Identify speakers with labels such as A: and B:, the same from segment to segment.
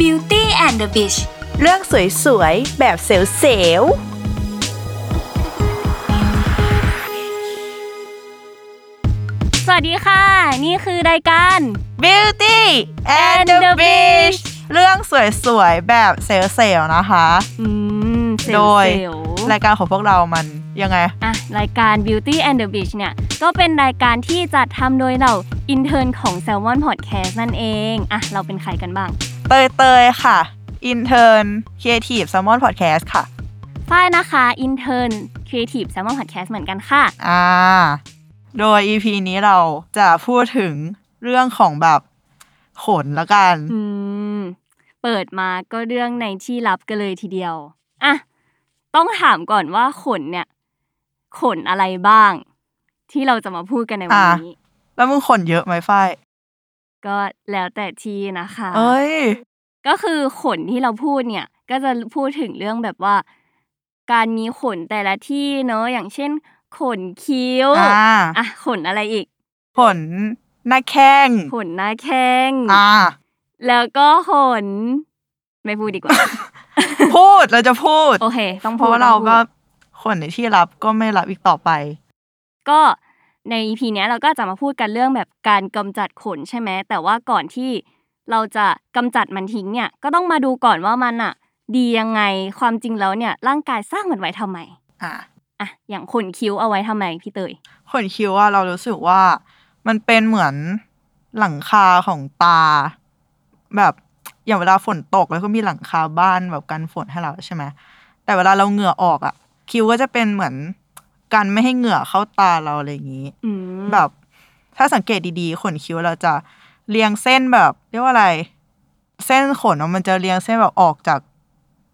A: บิวตี้แอนด์เดอะบีช
B: เรื่องสวยๆ แบบเซลล์
A: สวัสดีค่ะ นี่คือรายการ
B: ๆ Beauty and
A: and
B: the
A: the Beast
B: Beast เรื่องสวยๆ แบบเซลล์ๆนะคะ
A: อืมเซลล์
B: โดย
A: เซลล์
B: รายการของพวกเรามันยังไง
A: อ่ะรายการ Beauty and the Beach เนี่ย ก็เป็นรายการที่จัดทำโดยเหล่าอินเทอร์ของ Salmon Podcast นั่นเอง อ่ะ เราเป็นใครกันบ้าง
B: เตยเตยๆค่ะ Intern Creative Salmon Podcast ค่ะ
A: ฝ้ายนะคะ อินเทอร์ Creative Salmon Podcast เหมือนกันค่ะ
B: อ่า โดย EP นี้เราจะพูดถึงเรื่องของแบบขนละกัน
A: อืม เปิดมาก็เรื่องในที่ลับกันเลยทีเดียว อ่ะ ต้องถามก่อนว่าขนเนี่ย ขนอะไรบ้าง ที่เราจะมาพูดกันในวัน
B: อ่ะ
A: นี้
B: แล้วมึงขนเยอะไหมฝ้าย
A: ก็แล้วแต่ที่นะคะ
B: เอ้ย
A: ก็คือขนที่เราพูดเนี่ย ก็จะพูดถึงเรื่องแบบว่า การมีขนแต่ละที่เนอะอย่างเช่น ขนคิ้ว
B: อ่า
A: อ่ะขนอะไรอีก
B: ขนหน้าแข้ง
A: ขนหน้าแข้ง
B: อ่า
A: แล้วก็ขน ไม่พูดดี กว่า
B: พูดเราจะพูด
A: โอเค ต้อง
B: เพ
A: พูด
B: ราะว่าเรา
A: ต้องพู
B: ก็
A: ด
B: คนในที่รับก็ไม่รับอีกต่อไป
A: ก็ใน EP เนี้ยเราก็จะมาพูดกันเรื่องแบบการกำจัดขนใช่ไหมแต่ว่าก่อนที่เราจะกำจัดมันทิ้งเนี่ย ก็ต้องมาดูก่อนว่ามันอะดียังไงความจริงแล้วเนี่ย ร่างกายสร้างมันไว้ทำไม
B: อ่ะ
A: อะอย่างขนคิ้วเอาไว้ทำไมพี่เตย
B: ขนคิ้วว่าเรารู้สึกว่า มันเป็นเหมือนหลังคาของตา แบบอย่างเวลาฝนตกแล้วก็มีหลังคาบ้านแบบกันฝนให้เราใช่ไหมแต่เวลาเราเหงื่อออกอ่ะ คิ้วก็จะเป็นเหมือนกันไม่ให้เหงื่อเข้าตาเราอะไรอย่างนี้
A: อืม
B: แบบ ถ้าสังเกตดีๆ ขนคิ้วเราจะเรียงเส้นแบบเรียกว่าอะไร เส้นขนอะมันจะเรียงเส้นแบบออกจาก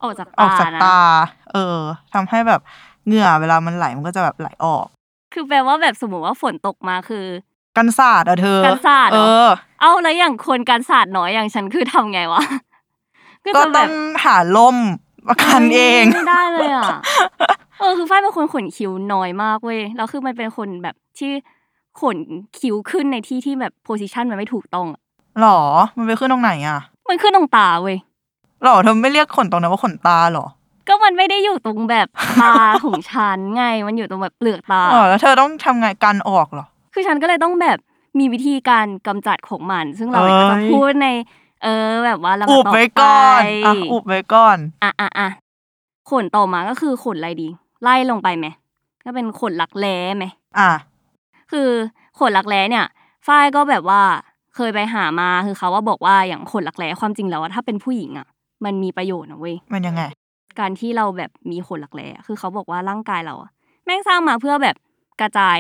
A: ออกจาก
B: ออกจาก
A: นะ
B: ตา เออทำให้แบบเหงื่อเวลามันไหลมันก็จะแบบไหลออก
A: คือแปลว่าแบบสมมติว่าฝนตกมาคือ
B: กันศาสตร์อะเธอ
A: กันศาสตร์เห
B: เอ
A: รอ
B: อ
A: เอ้าแล้วอย่างคนการศาสตร์น้อยอย่างฉันคือทำไงวะก็
B: ก็
A: จะแบ
B: ต้อบ งหาล่มประกันเอง
A: ไม่ได้เลย อ่ะ เออคือฝ้ายเป็นคนขนคิ้วน้อยมากเว้ยแล้วคือมันเป็นคนแบบที่ขนคิ้วขึ้นในที่ที่แบบโพซิชันมันไม่ถูกต้องอะ
B: หรอ มันไปขึ้นตรงไหนอะ
A: มันขึ้นตรงตาเว้ย
B: หรอเธอไม่เรียกขนตรงนั้นว่าขนตาหรอ
A: ก็มันไม่ได้อยู่ตรงแบบตา ของฉันไงมันอยู่ตรงแบบเปลือกตา
B: อ๋อแล้วเธอต้องทำไงกันออกเหรอ
A: คือฉันก็เลยต้องแบบมีวิธีการกำจัดของมัน ซึ่งเรา
B: เอ้ย
A: ก็จะพูดใน เออ แบบว่าลำดับ
B: อุบ
A: ต่อ
B: ไว้ก่อน
A: ไป
B: อ่ะอุบไว้ก่อน
A: อ่ะอ่ะอ่ะขนต่อมาก็คือขนอะไรดี ไล่ลงไปไหมก็เป็นขนหลักแร้ไหม
B: อ่ะ
A: คือขนหลักแร้เนี่ยฝ้ายก็แบบว่าเคยไปหามาคือเขาว่าบอกว่าอย่างขนหลักแร้ความจริงแล้วอะถ้าเป็นผู้หญิงอ่ะ มันมีประโยชน์นะเว้ย
B: มันยังไง
A: การที่เราแบบมีขนหลักแร้อะคือเขาบอกว่าร่างกายเราอะแม่งสร้างมาเพื่อแบบกระจาย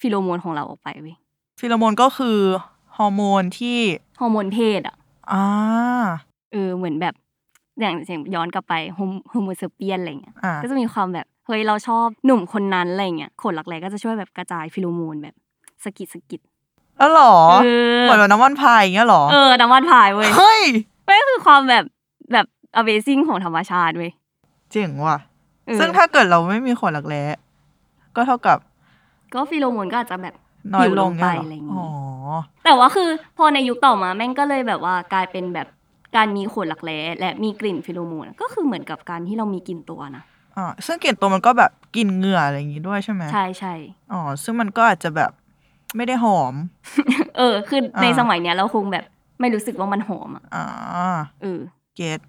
A: ฟิโลโมนของเราออกไปเว้ย
B: ฟิโลโมนก็คือฮอร์โมนที่
A: ฮอร์โมนเพศอ่ะ
B: อ่า
A: เออเหมือนแบบอย่างอย่างย้อนกลับไปโฮมโฮโมเซเปียนอะไรเงี้ย
B: อ่ะ
A: ก็จะมีความแบบเฮ้ยเราชอบหนุ่มคนนั้นอะไรเงี้ยขนหลักแร้ก็จะช่วยแบบกระจายฟิโลโมนแบบสะกิดสะกิด
B: แล้วหรอ
A: เออ
B: เหมือนแบบน้ำมันพายอย่างเงี้ยหรอ
A: เออน้ำมันพายเว้ย
B: เฮ้ย
A: ไม่งคือความแบบแบบ Amazing ของธรรมชาติเว้ย
B: เจ๋งว่ะ
A: เออ
B: ซึ่งถ้าเกิดเราไม่มีขนหลักแร้ก็เท่ากับ
A: ก็ฟิโลโมนก็อาจจะแบบ
B: น้อยลง
A: อยู่ลงไป
B: เนี่ยเหรอ
A: อะไรอย่างงี้
B: อ๋อ
A: แต่ว่าคือพอในยุคต่อมาแม่งก็เลยแบบว่ากลายเป็นแบบ การมีขนหลักแร้และมีกลิ่นฟิโลโมน ก็คือเหมือนกับการที่เรามีกลิ่นตัวนะ
B: อ่าซึ่งกลิ่นตัวมันก็แบบกลิ่นเหงื่ออะไรอย่างงี้ด้วยใช่ไหม
A: ใช่ใช่
B: อ๋อซึ่งมันก็อาจจะแบบไม่ได้หอม
A: เออคือใน
B: อ่า
A: สมัยเนี้ยเราคงแบบไม่รู้สึกว่ามันหอมอ่ะ
B: อ่า
A: เออ
B: เก็ต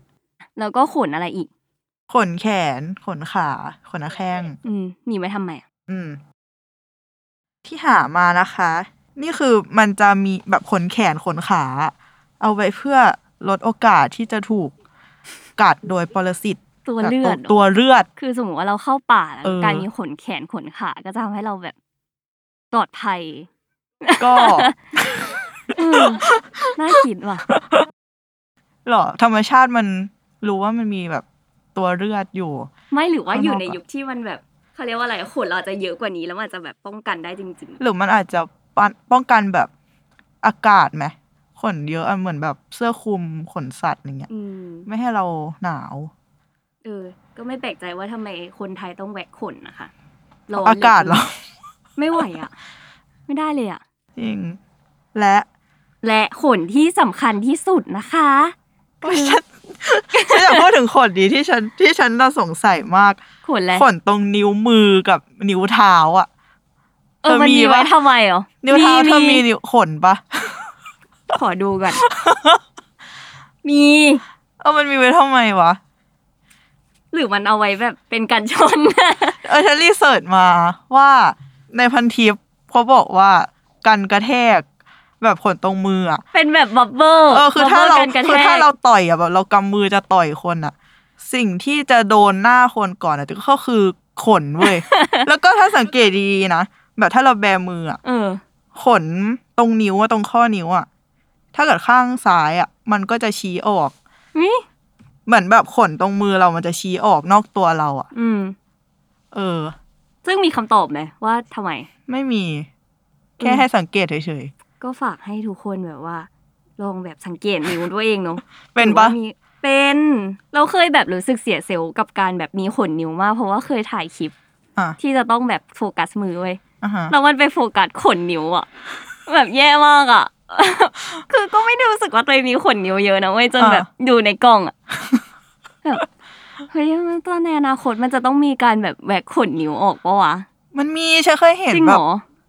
A: แล้วก็ขนอะไรอีก
B: ขนแขน ขนขา ขนหน้าแข้ง
A: อืมมีไว้ทำไมอะ
B: อืม ที่หามานะคะ นี่คือมันจะมีแบบขนแขนขนขา เอาไว้เพื่อลดโอกาสที่จะถูกกัดโดยปรสิต
A: ตัว
B: จาก
A: เลือด
B: ตัวตัวเลือด
A: คือสมมติว่าเราเข้าป่าแล้ว
B: เออ
A: การมีขนแขนขนขาก็จะทำให้เราแบบปลอดภั ย
B: ก็
A: เออน่าคิดว่ะ
B: หรอธรรมชาติมันรู้ว่ามันมีแบบตัวเลือดอยู่
A: ไม่หรือว่า
B: ข้างนอก
A: อยู่ใน
B: อะ
A: ยุคที่มันแบบเขาเรียกว่าอะไรขนเราอาจจะเยอะกว่านี้แล้วมันอาจจะแบบป้องกันได้จริง
B: หรือมันอาจจะป้องป้องกันแบบอากาศไหมขนเยอะอะเหมือนแบบเสื้อคลุมขนสัตว์อย่าง
A: ๆ
B: เงี้ย
A: อืม
B: ไม่ให้เราหนาว
A: เออ ก็ไม่แปลกใจว่าทำไมคนไทยต้องแหวกขนนะคะร้น
B: อากาศเหรอ
A: ไม่ไหวอ่ะ ไม่ได้เลยอ่ะ
B: จริง และ
A: และขนที่สำคัญที่สุดนะคะ
B: ฉันฉันอยากพูดถึงขนดีที่ฉันที่ฉันน่าสงสัยมาก
A: ขนอะไร
B: ขนตรงนิ้วมือกับนิ้วเท้าอ่ะ
A: เออมันมีไว้ทำไมเหรอ
B: นิ้วเท้าเธอมีนิ้วขนปะ
A: ขอดูก่อน มี
B: เออมันมีไว้ทำไมวะ
A: หรือมันเอาไว้แบบเป็นกันชน
B: เออฉันรีเสิร์ชมาว่าในพันทิปเขาบอกว่ากันกระแทกแบบขนตรงมืออะ
A: เป็นแบบบับเบิ้ล
B: เออคือถ้าเรา
A: บับบิ้ลกันกะ
B: คือ
A: แท
B: ถ้าก เราต่อยอ่ะแบบเรากำมือจะต่อยคนอ่ะ สิ่งที่จะโดนหน้าคนก่อนอ่ะก็คือขนเว้ย แล้วก็ถ้าสังเกตดีๆนะแบบถ้าเราแบมืออ่ะ
A: เออ
B: ขนตรงนิ้วอะตรงข้อนิ้วอะถ้าเกิดข้างซ้ายอะมันก็จะชี้ออก
A: นี่
B: เหมือนแบบขนตรงมือเรามันจะชี้ออกนอกตัวเราอะ
A: อืม
B: เออ
A: ซึ่งมีคำตอบไหมว่าทำไม
B: ไม่มี แค่ให้สังเกตเฉย
A: ก็ฝากให้ทุกคนแบบว่า ลองแบบสังเกตนิ้วตัวเองเนาะ
B: ๆ เป็น
A: หรือ
B: ปะ
A: ว่ามีเป็นเราเคยแบบรู้สึกเสียเซลล์กับการแบบมีขนนิ้วมาก เพราะว่าเคยถ่ายคลิป
B: อ่ะ
A: ที่จะต้องแบบโฟกัสมือเว้ย
B: อ่ะฮะ
A: แล้วมันไปโฟกัสขนนิ้วอะแบบแย่มากอะ คือก็ไม่ได้รู้สึกว่าตัวเองมีขนนิ้วเยอะนะเว้ยจนแบบดูในกล้องอะ แบบเฮ้ยตอนในอนาคตมันจะต้องมีการแบบแหวกขนนิ้วออกปะวะ
B: มันมีฉันเคยเห็น
A: จริง
B: แบ
A: เหร
B: บ
A: อ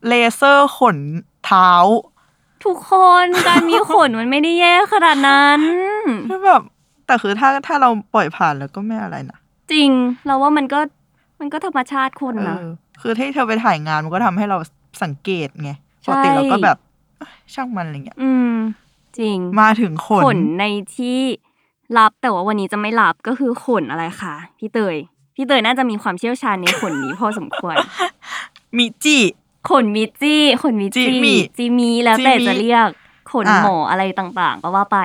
B: เลเซอร์ขนเท้า
A: ทุกคนการมีขน มันไม่ได้แย่ขนาดนั้น
B: คือแบบ แต่คือถ้าถ้าเราปล่อยผ่านแล้วก็ไม่อะไรนะ
A: จริง เราว่ามันก็มันก็ธรรมชาติคน
B: เอ
A: นะ
B: อ คือที่เธอไปถ่ายงานมันก็ทำให้เราสังเกตไงปกติ
A: ใช่
B: เราก็แบบเอ้ยช่างมันอะไรเงี้ย
A: อืม จริง
B: มาถึงขน
A: ขนในที่ลับแต่ว่าวันนี้จะไม่ลับก็คือขนอะไรคะพี่เตย พี่เตยน่าจะมีความเชี่ยวชาญในขนนี้ พอสมควร
B: มิจิ
A: ขนมิจี้ขนมิจี้
B: จิมิ
A: จิมีแล้วแต่
B: จิมิ
A: จะเรียกขน
B: อ่ะ
A: หมออะไรต่างๆ ก็ว่าไป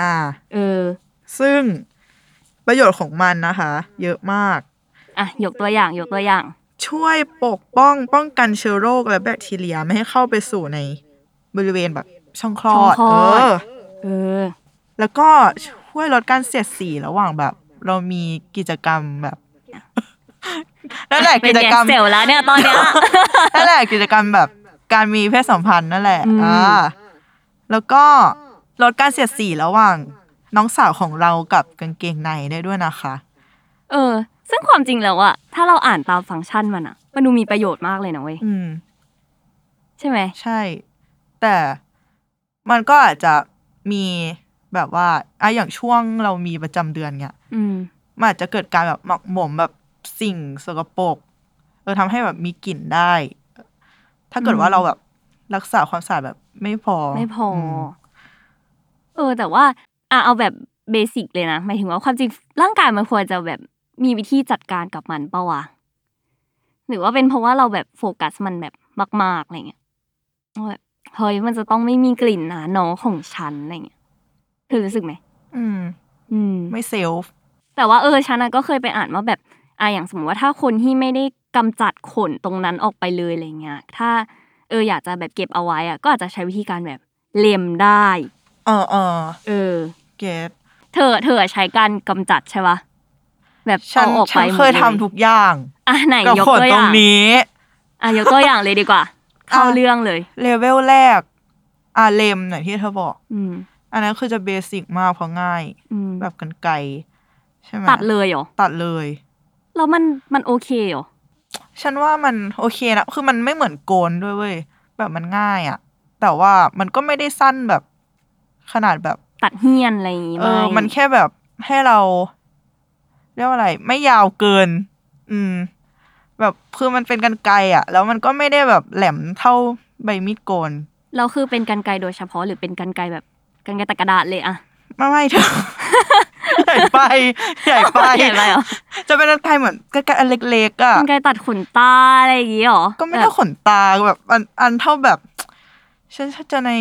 B: อ่า
A: เออ
B: ซึ่งประโยชน์ของมันนะคะ เยอะมาก
A: อ่ะยกตัวอย่างยกตัวอย่าง
B: ช่วยปกป้องป้องกันเชื้อโรคและแบคทีเรียไม่ให้เข้าไปสู่ในบริเวณแบบช่องคลอด
A: ช่องคลอด
B: เออ
A: เออ
B: แล้วก็ช่วยลดการเสียดสีระหว่างแบบ เรามีกิจกรรมแบบ นั่นแหละ
A: เป็
B: กิ
A: น
B: จ
A: แก
B: กรรม
A: เซลแล้วเนี่ยตอนเนี้ย
B: นั่นแหละกิจกรรมแบบการมีเพศสัมพันธ์นั่นแหละ
A: อืม
B: อ่าแล้วก็ลดการเสียดสีระหว่างน้องสาวของเรากับกางเกงในได้ด้วยนะคะ
A: เออ ซึ่งความจริงแล้วอะถ้าเราอ่านตามฟังก์ชันมันอะมันดูมีประโยชน์มากเลยนะเว้ย
B: อืม
A: ใช่ไหม
B: ใช่ แต่มันก็อาจจะมีแบบว่าอะอย่างช่วงเรามีประจำเดือนเนี่ย
A: อืม
B: มันอาจจะเกิดการแบบหมักหมมแบบสิ่งสกปรกเออทำให้แบบมีกลิ่นได้ ถ้าเกิดว่าเราแบบรักษาความสะอาดแบบไม่พอ
A: ไม่พออ
B: ม
A: เออ แต่ว่าอ่ะเอาแบบเบสิกเลยนะ หมายถึงว่าความจริงร่างกายมันควรจะแบบมีวิธีจัดการกับมันปะวะ หรือว่าเป็นเพราะว่าเราแบบโฟกัสมันแบบมากๆอะไรเงี้ยว่าแบบเฮ้ยมันจะต้องไม่มีกลิ่นหนาหนอของฉันอะไรเงี้ยเธอรู้สึกไหม
B: อืม
A: อืม
B: ไม่เซลฟ์
A: แต่ว่าเออฉันน่ะก็เคยไปอ่านว่าแบบอ่ะอย่างสมมติว่าถ้าคนที่ไม่ได้กำจัดขนตรงนั้นออกไปเลยอะไรเงี้ยถ้าเอออยากจะแบบเก็บเอาไว้อ่ะก็อาจจะใช้วิธีการแบบเล็มได้
B: เออเออ
A: เออ
B: เกต
A: เธอเธอใช้การกำจัดใช่ปะแบบ
B: ฉัน
A: เอาออก
B: ฉั
A: ไปห
B: น
A: มด
B: เคยทำทุกอย่าง
A: อ่ะไหน
B: กับ
A: ยก
B: ขน
A: ตัวอ
B: ตร
A: ย่าง ง
B: นี้
A: อ่ะยกตัวอย่าง เลยดีกว่า เข้า
B: อ่ะ
A: เรื่องเลย
B: เลเวลแรกอาเลมอย่างที่เธอบอก
A: อืม
B: อันนั้นคือจะเบสิกมากเพราะง่าย
A: อืม
B: แบบกันไกรใช่ไหม
A: ตัดเลยเหรอ
B: ตัดเลย
A: แล้วมันมันโอเคเหรอ
B: ฉันว่ามันโอเคนะ คือมันไม่เหมือนโกนด้วยเว้ย แบบมันง่ายอะแต่ว่ามันก็ไม่ได้สั้นแบบขนาดแบบ
A: ตัดเฮียนอะไรอย่างงี้
B: เอ
A: ไหม
B: อ มันแค่แบบให้เรา เรียกว่าอะไร ไม่ยาวเกิน อืม แบบคือมันเป็นกันไกรอะแล้วมันก็ไม่ได้แบบแหลมเท่าใบมีดโกน
A: เราคือเป็นกันไกรโดยเฉพาะหรือเป็นกันไกรแบบกันไกรตะกระดาษเลยอะ
B: ไม่ไม่ เธอ ใหญ่ไป ใหญ่ไป
A: ใหญ่ไปเหรอ
B: จะเป็นกันไกรเหมือนกันไกรอันเล็กๆอะ
A: กันไกรตัดขนตาอะไรอย่างงี้เหรอ
B: ก็ไม่
A: แบ
B: เท่า
A: บ
B: ขนตาแบบอันอันเท่าแบบ ฉันฉันเจะใน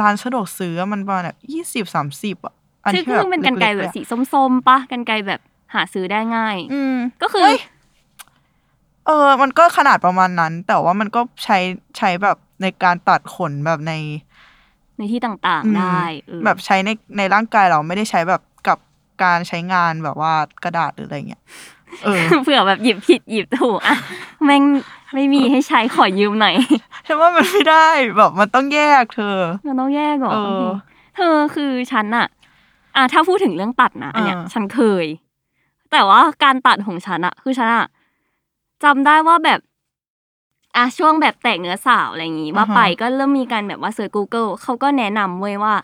B: ร้านสะดวกซื้อมันประมาณแบบยี่สิบสามสิบอ่ะอัน
A: ซึ่ง
B: ที่แบบ
A: เป็นกันไกรแบ
B: เล็
A: บ
B: ๆ
A: สี
B: อะ
A: ส้มๆปะกันไกรแบบหาซื้อได้ง่าย
B: อืม
A: ก็คือ
B: เฮ้ย เออ มันก็ขนาดประมาณนั้น แต่ว่ามันก็ใช้ใช้แบบในการตัดขนแบบใน
A: ในที่ต่าง
B: อืม
A: ๆได้เออ
B: แบบใช้ในในร่างกายเราไม่ได้ใช้แบบกับการใช้งานแบบว่ากระดาษหรืออะไรเงี้ยเออ
A: เผื่อแบบหยิบผิดหยิบถูกอะ แม่งไม่มีให้ใช้ขอยืมหน่อย
B: ฉันว่ามันไม่ได้แบบมันต้องแยกเธอ
A: มันต้องแยกเหรอ
B: เออ
A: เธอคือฉันอะอ่ะถ้าพูดถึงเรื่องตัดนะอันเนี้ย
B: อ่า
A: ฉันเคย แต่ว่าการตัดของฉันอะคือฉันอะจำได้ว่าแบบอ่ะช่วงแบบแตะเนื้อสาวอะไรอย่างงี้ว่าไปก็เริ่มมีการแบบว่าเซิร์ช Google เขาก็แนะนำเว้ยว่า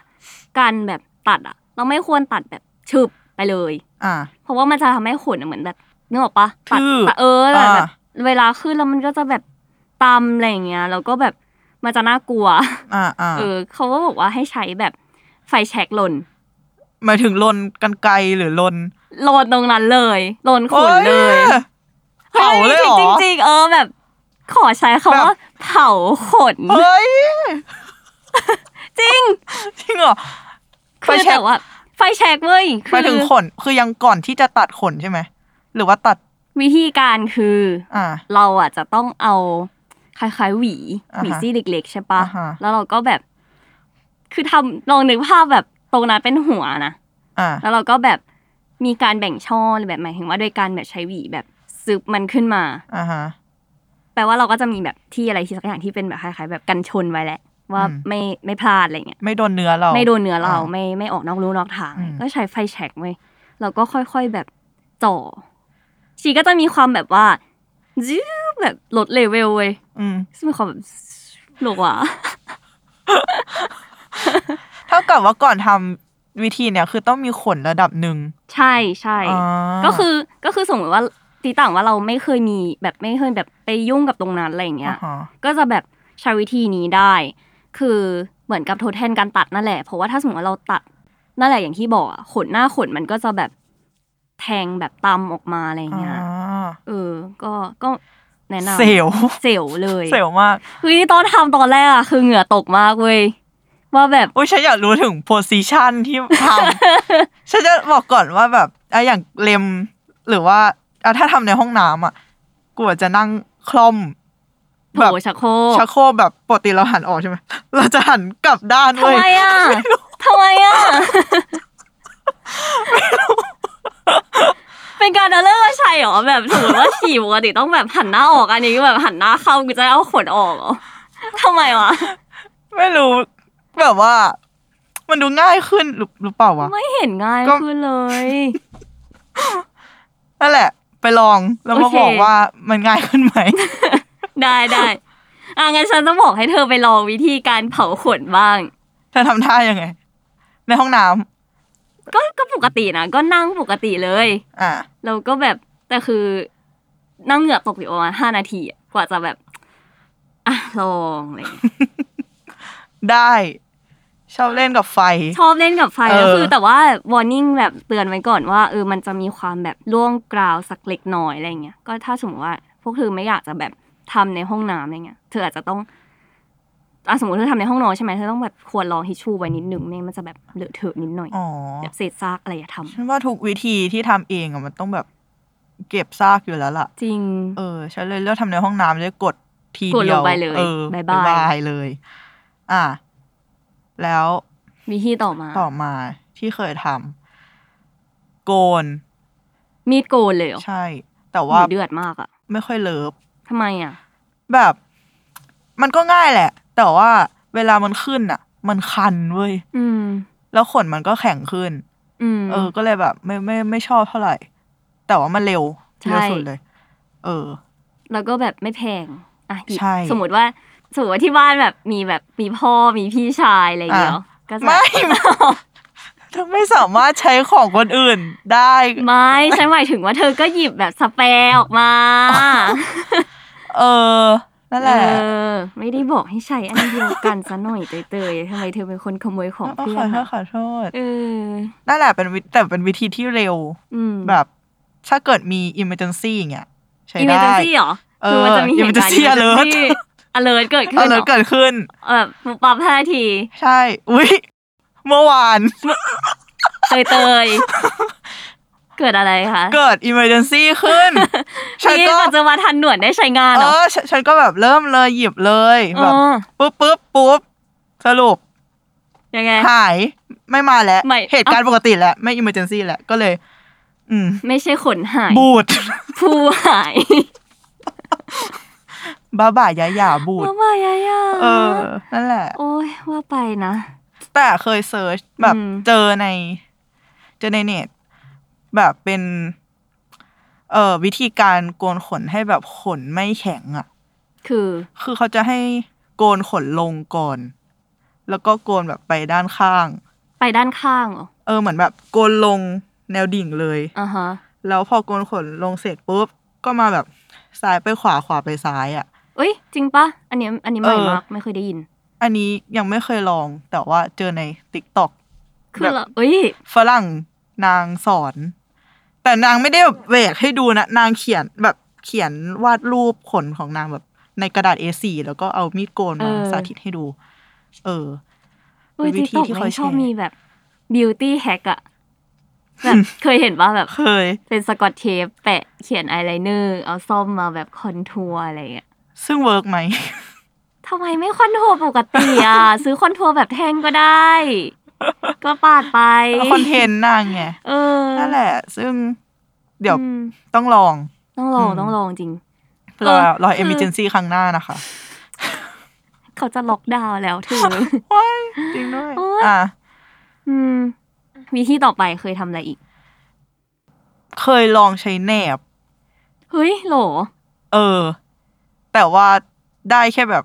A: การแบบตัดอะเราไม่ควรตัดแบบฉึบไปเลย
B: อ่ะ
A: เพราะว่ามันจะทำให้ขนอะเหมือนแบบนึกออกปะตัด
B: ทื่อ
A: ตัดเออแบบ
B: อ่า
A: แบบเวลาขึ้นแล้วมันก็จะแบบตำอะไรอย่างเงี้ยแล้วก็แบบมันจะน่ากลัว
B: อ่ะอ่ะ
A: เออเขาก็บอกว่าให้ใช้แบบไฟแช็กลน
B: หมายถึงลนกันไกรหรือลน
A: ลนตรงนั้นเลยลนขนเลย
B: เผาเลยเหรอ
A: จริงๆจริงๆเออแบบ ขอใช้คาว่าเผาขน
B: เฮ้ย
A: จริง
B: จริงเหรอ ไฟ
A: คือ
B: แช็ก
A: แต่ว่าไฟแช็กเว้ย
B: หมายถึงขน คือยังก่อนที่จะตัดขนใช่ไหม หรือว่าตัด
A: วิธีการคือ
B: อ่า
A: เราอ่ะจะต้องเอาคล้ายๆหวี
B: อ่า
A: ห
B: ฮะ
A: วีซี่เล็กๆใช่ปะ
B: อ่าฮะ
A: แล้วเราก็แบบ คือทำลองนึกภาพแบบตรงนั้นเป็นหัวนะ
B: อ่า
A: แล้วเราก็แบบมีการแบ่งช่อหรือแบบหมายถึงว่าโดยการแบบใช้หวีแบบซึบมันขึ้นมา
B: อ่าฮะ
A: แปลว่าเราก็จะมีแบบที่อะไรที่สักอย่างที่เป็นแบบคล้ายๆแบบกันชนไว้แหละ ว่า
B: อืม
A: ไม่ไม่พลาดอะไรเงี้ย
B: ไม่โดนเนื้อเรา
A: ไม่โดนเนื้อเรา
B: อ่า
A: ไม่ไม่ออกนอกรูนอกทาง
B: อืม
A: ก็ใช้ไฟแฉกไว้ยเราก็ค่อยๆแบบจ่อชีก็จะมีความแบบว่าจื้อแบบลดเลเวลเว้ย
B: อืม
A: ซึ่งมีความแบบหลวะ
B: เท่ากับว่าก่อนทำวิธีเนี่ย คือต้องมีขนระดับหนึ่ง
A: ใช่ใช่
B: อ่า
A: ก็คือก็คือสมมติว่าตีต่างว่าเราไม่เคยมีแบบไม่เคยแบบไปยุ่งกับตรงนั้นอะไรอย่างเงี้
B: อ่าย ฮะ
A: ก็จะแบบใช้วิธีนี้ได้ คือเหมือนกับทดแทนการตัดนั่นแหละ เพราะว่าถ้าสมมติว่าเราตัดนั่นแหละอย่างที่บอกอะขนหน้าขนมันก็จะแบบแทงแบบตำออกมาอะไรอย่าง
B: อ่
A: เงี้ย
B: า
A: เออ ก็ก็แนะนำ
B: เซลล
A: เซลเลย
B: เซลลมาก
A: เฮ้ยตอนทำตอนแรกอะคือเหงื่อตกมากเว้ยว่าแบบ
B: อุ้ยฉันอยากรู้ถึงโพซิชันที่ท ำ ฉันจะบอกก่อนว่าแบบอะอย่างเล็ม หรือว่าอะถ้าทำในห้องน้ำอ่ะกูอาจจะนั่งคล่อม
A: โถชักโครก
B: ชักโครกแบบปกติเราหันออกใช่ไหม เราจะหันกลับด้าน
A: ทำ
B: เว้ย
A: ไมอะทำไมอะเป็นการเอาเลิกมาใช่หรอแบบสมมติว่าฉี่ปกติต้องแบบหันหน้าออกอันนี้ก็แบบหันหน้าเข้ากูจะเอาขนออกเหรอทำไมวะ
B: ไม่รู้ แบบว่า มันดูง่ายขึ้นหรือหรือเปล่าวะ
A: ไม่เห็นง่าย
B: ก็
A: ขึ้นเลย
B: นั่นแหละ ไปลองแล้วมาบอกว่ามันง่ายขึ้น ไหม
A: ได้ได้อ่ะงั้นฉันจะบอกให้เธอไปลองวิธีการเผาขนบ้าง
B: เธอทำท่ายังไง ในห้องน้ำ
A: ก็ก็ปกตินะก็นั่งปกติเลย
B: อ่ะ
A: แล้วก็แบบแต่คือนั่งเหงื่อตกอยู่ประมาณห้านาทีอะกว่าจะแบบอ่ะลองอะไรอย่างเงี้ย
B: ได้ ชอบเล่นกับไฟ
A: ชอบเล่นกับไฟ
B: เออ
A: ก็คือแต่ว่าวอร์นิ่งแบบเตือนไว้ก่อนว่าเออมันจะมีความแบบล่วงกราวสักเล็กน้อยอะไรเงี้ยก็ถ้าสมมติว่าพวกเธอไม่อยากจะแบบทำในห้องน้ำอะไรเงี้ยเธออาจจะต้องอ่ะสมมติเธอทำในห้องนอนใช่ไหมเธอต้องแบบควรรองทิชชู่ไว้นิดนึงไม่งั้นมันจะแบบเลอะเทอะนิดหน่อย
B: อ๋อ
A: แบบเศษซากอะไรอย่าท
B: ฉันว่าทุกวิธีที่ทำเองอะมันต้องแบบ เก็บซากอยู่แล้วล่ะ
A: ำจริง
B: เออฉันเลยเลือกทำในห้องน้ำเลยกดที
A: กด
B: เดี
A: ล
B: ยว
A: งไปเลย
B: ออบ
A: าย
B: บา
A: บาย
B: ยบายเลย อ่ะแล้ว
A: วิธีต่อมา
B: ต่อมาที่เคยทำโกน
A: มีดโกนเลยเหรอ
B: ใช่ แต่ว่า
A: ว่าเดือดมากอะ
B: ไม่ค่อยเลิฟ
A: ทำไมอะ
B: แบบ มันก็ง่ายแหละ แต่ว่าเวลามันขึ้นอ่ะ มันคันเว้ย
A: อืม
B: แล้วขนมันก็แข็งขึ้น
A: อืม
B: เออ ก็เลยแบบ ไม่ไม่ไม่ชอบเท่าไหร่ แต่ว่ามันเร็ว
A: ใช่
B: เร็วสุดเลย เออ
A: แล้วก็แบบไม่แพงอ่ะหยิบ
B: ใช่
A: สมมติว่าสมมติว่าที่บ้านแบบมีแบบมีพ่อมีพี่ชายอะไรอย่างเงี้ยเหรอก็จะ
B: ไม่ เธอไม่สามารถใช้ของคนอื่นได้
A: ไม่ฉันหมายถึงว่าเธอก็หยิบแบบสเปรย์ออกมา
B: เออ นั่นแหละ
A: เออไม่ได้บอกให้ใช้อันเดียวกันซะหน่อยเตยๆทำไมเธอเป็นคนขโมยของ
B: เออ
A: เพื่
B: ข
A: อ
B: อน โทษ
A: อะ
B: ขอโทษ
A: เออ
B: นั่นแหละเป็นวิแต่เป็นวิธีที่เร็ว
A: อืม
B: แบบถ้าเกิดมี emergency อย่างเงี้ยใช้
A: อิมเมอร์
B: ได้
A: เจนซี่เหรอ
B: เออ
A: คือมันจะมีเหตุการณ์
B: emergency alert
A: อเลิร์เกิด
B: เอ
A: ขึ้
B: อน
A: ห
B: เล
A: ร
B: ยเกิดขึ้น
A: เออปุ๊บปั๊บห้าที
B: ใช่ อุ้ยเมื่อวาน
A: เตยเตย ๆเกิดอะไรคะ
B: เกิด emergency ขึ้ น ฉัน
A: นี่
B: ก็
A: ปัจจุบันทันหนวดได้ใช้งาน
B: เอ
A: เหรอ
B: อฉันฉันก็แบบเริ่มเลยหยิบเลยแบบ
A: อ๋อ
B: ปุ๊บปุ๊บปุ๊บสรุป
A: ยังไง
B: หายไม่มาแล้ว
A: ไม่
B: เหตุการณ์ปกติแล้ว ไม่ emergency แล้ว ก็เลย อืม
A: ไม่ใช่ขนหาย
B: บูด
A: ผู้หาย
B: บ้าบ่ายาหยา บูด
A: ว่าไปยายา
B: เออ นั่นแหละ
A: โอ้ยว่าไปนะ
B: แต่เคยเซิร์ชแบบ
A: อืม
B: เจอใน เจอในเน็ตแบบเป็น เอ่อวิธีการโกนขนให้แบบขนไม่แข็งอ่ะ
A: คือ
B: คือเขาจะให้โกนขนลงก่อน แล้วก็โกนแบบไปด้านข้าง
A: ไปด้านข้างเหรอ
B: เออเหมือนแบบโกนลงแนวดิ่งเลย
A: อ่าฮะ
B: แล้วพอโกนขนลงเสร็จปุ๊บ ก็มาแบบซ้ายไปขวาขวาไปซ้ายอ่ะ
A: เอ้ย จริงปะอันเนี้ยอันนี้ใหม่
B: เออ
A: มาก ไม่เคยได้ยิน
B: อันนี้ยังไม่เคยลอง แต่ว่าเจอในติ๊กต็อก
A: คือเราเอ้ย
B: ฝรั่งนางสอน แต่นางไม่ได้แบบเวกให้ดูนะ นางเขียนแบบเขียนวาดรูปขนของนางแบบในกระดาษ A4 แล้วก็เอามีดโกนมา
A: เออ
B: สาธิตให้ดู เออ
A: เอ้ย
B: เป็นวิ
A: ที่
B: ธี
A: ตก
B: ที่
A: ไม่
B: เขา
A: ชอบ
B: แชร์
A: มีแบบ beauty hack อะ แบบเคยเห็นว่าแบบ
B: เคย
A: เป็นสกอตเทปแปะเขียนอายไลเนอร์เอาส้อมมาแบบคอนทัวร์อะไรอย่างเงี้ย
B: ซึ่งเวิ ร์กไหม
A: ทำไมไม่คอนทัวร์ปกติอ่ะ ซื้อคอนทัวร์แบบแท่งก็ได้ ก็ปาดไป
B: คอนเทนต์นางไง
A: เออ
B: นั่นแหละ ซึ่งเดี๋ยว
A: อืม
B: ต้องลอง
A: ต้องลองต้องลองจริง
B: รอ
A: เออ
B: รอ
A: คือ
B: เอมิเจนซี่ครั้งหน้านะคะ
A: เขาจะล็อกดาวน์ แล้วเธอ
B: ว้ายจริงด้วย
A: โอ๊ย
B: อ่ะ
A: อืมวิธีต่อไปเคยทำอะไรอีก
B: เคยลองใช้แหนบ
A: เฮ้ยโหล
B: เออ แต่ว่าได้แค่แบบ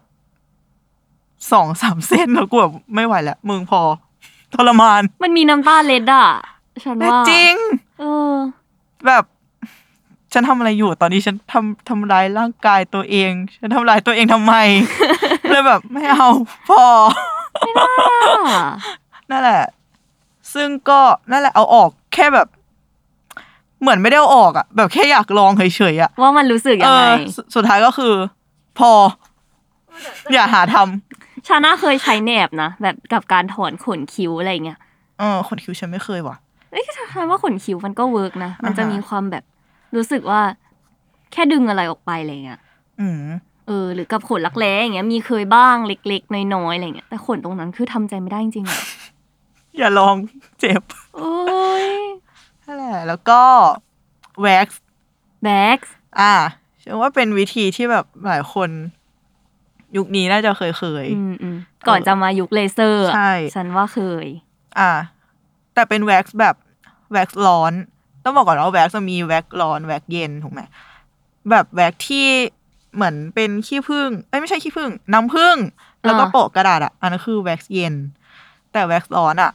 B: สองสามเส้นแล้วกูแบบไม่ไหวแล้วมึงพอ ทรมาน
A: มันมีน้ำตาเล็ดอ่ะ ฉัน
B: แต่
A: ว่า
B: จริง
A: เออ
B: แบบ ฉันทำอะไรอยู่ตอนนี้ฉันทำทำร้ายร่างกายตัวเอง ฉันทำร้ายตัวเองทำไม เลยแบบไม่เอา พอ นั่นแหละ ซึ่งก็นั่นแหละเอาออกแค่แบบ เหมือนไม่ได้เอาออกอะแบบแค่อยากลองเฉยๆอะ
A: ว่ามันรู้สึก
B: เอ
A: ยังไง
B: อสุสุดท้ายก็คือ พอ อย่าหาทำ
A: ชาน่าเคยใช้แหนบนะแบบกับการถอนขนคิ้วอะไรอย่างเงี้ย
B: เออขนคิ้วฉันไม่เคยว่ะ
A: เอ้ยฉันว่าขนคิ้วมันก็เวิร์กนะ มันจะ
B: อ่าฮะ
A: มีความแบบรู้สึกว่า แค่ดึงอะไรออกไปอะไรเงี้ย
B: อืม
A: เออ หรือกับขนรักแร้อย่างเงี้ย มีเคยบ้างเล็กๆ น้อยๆ อะไรเงี้ย แต่ขนตรงนั้นคือทำใจไม่ได้จริงๆอะ
B: อย่าลอง เจ็บ
A: โอ้ย
B: นั่นแหละแล้วก็แว็กซ์
A: แบ็ก
B: อ่ะฉันว่าเป็นวิธีที่แบบหลายคน ยุคนี้น่าจะเคยเคย
A: อืมอืมก่อนจะมายุคเลเซอร์อะ
B: ใช่
A: ฉันว่าเคย
B: อ่ะแต่เป็นแว็กซ์แบบแว็กซ์ร้อน ต้องบอกก่อนว่าแว็กซ์มันมีแว็กซ์ร้อนแว็กซ์เย็นถูกไหมแบบแว็กซ์ที่เหมือนเป็นขี้ผึ้งเอ้ยไม่ใช่ขี้ผึ้งน้ำผึ้งแล้วก็
A: อ่า
B: โปะกระดาษอ่ะอันนั้นคือแว็กซ์เย็น แต่แว็กซ์ร้อนอ่ะ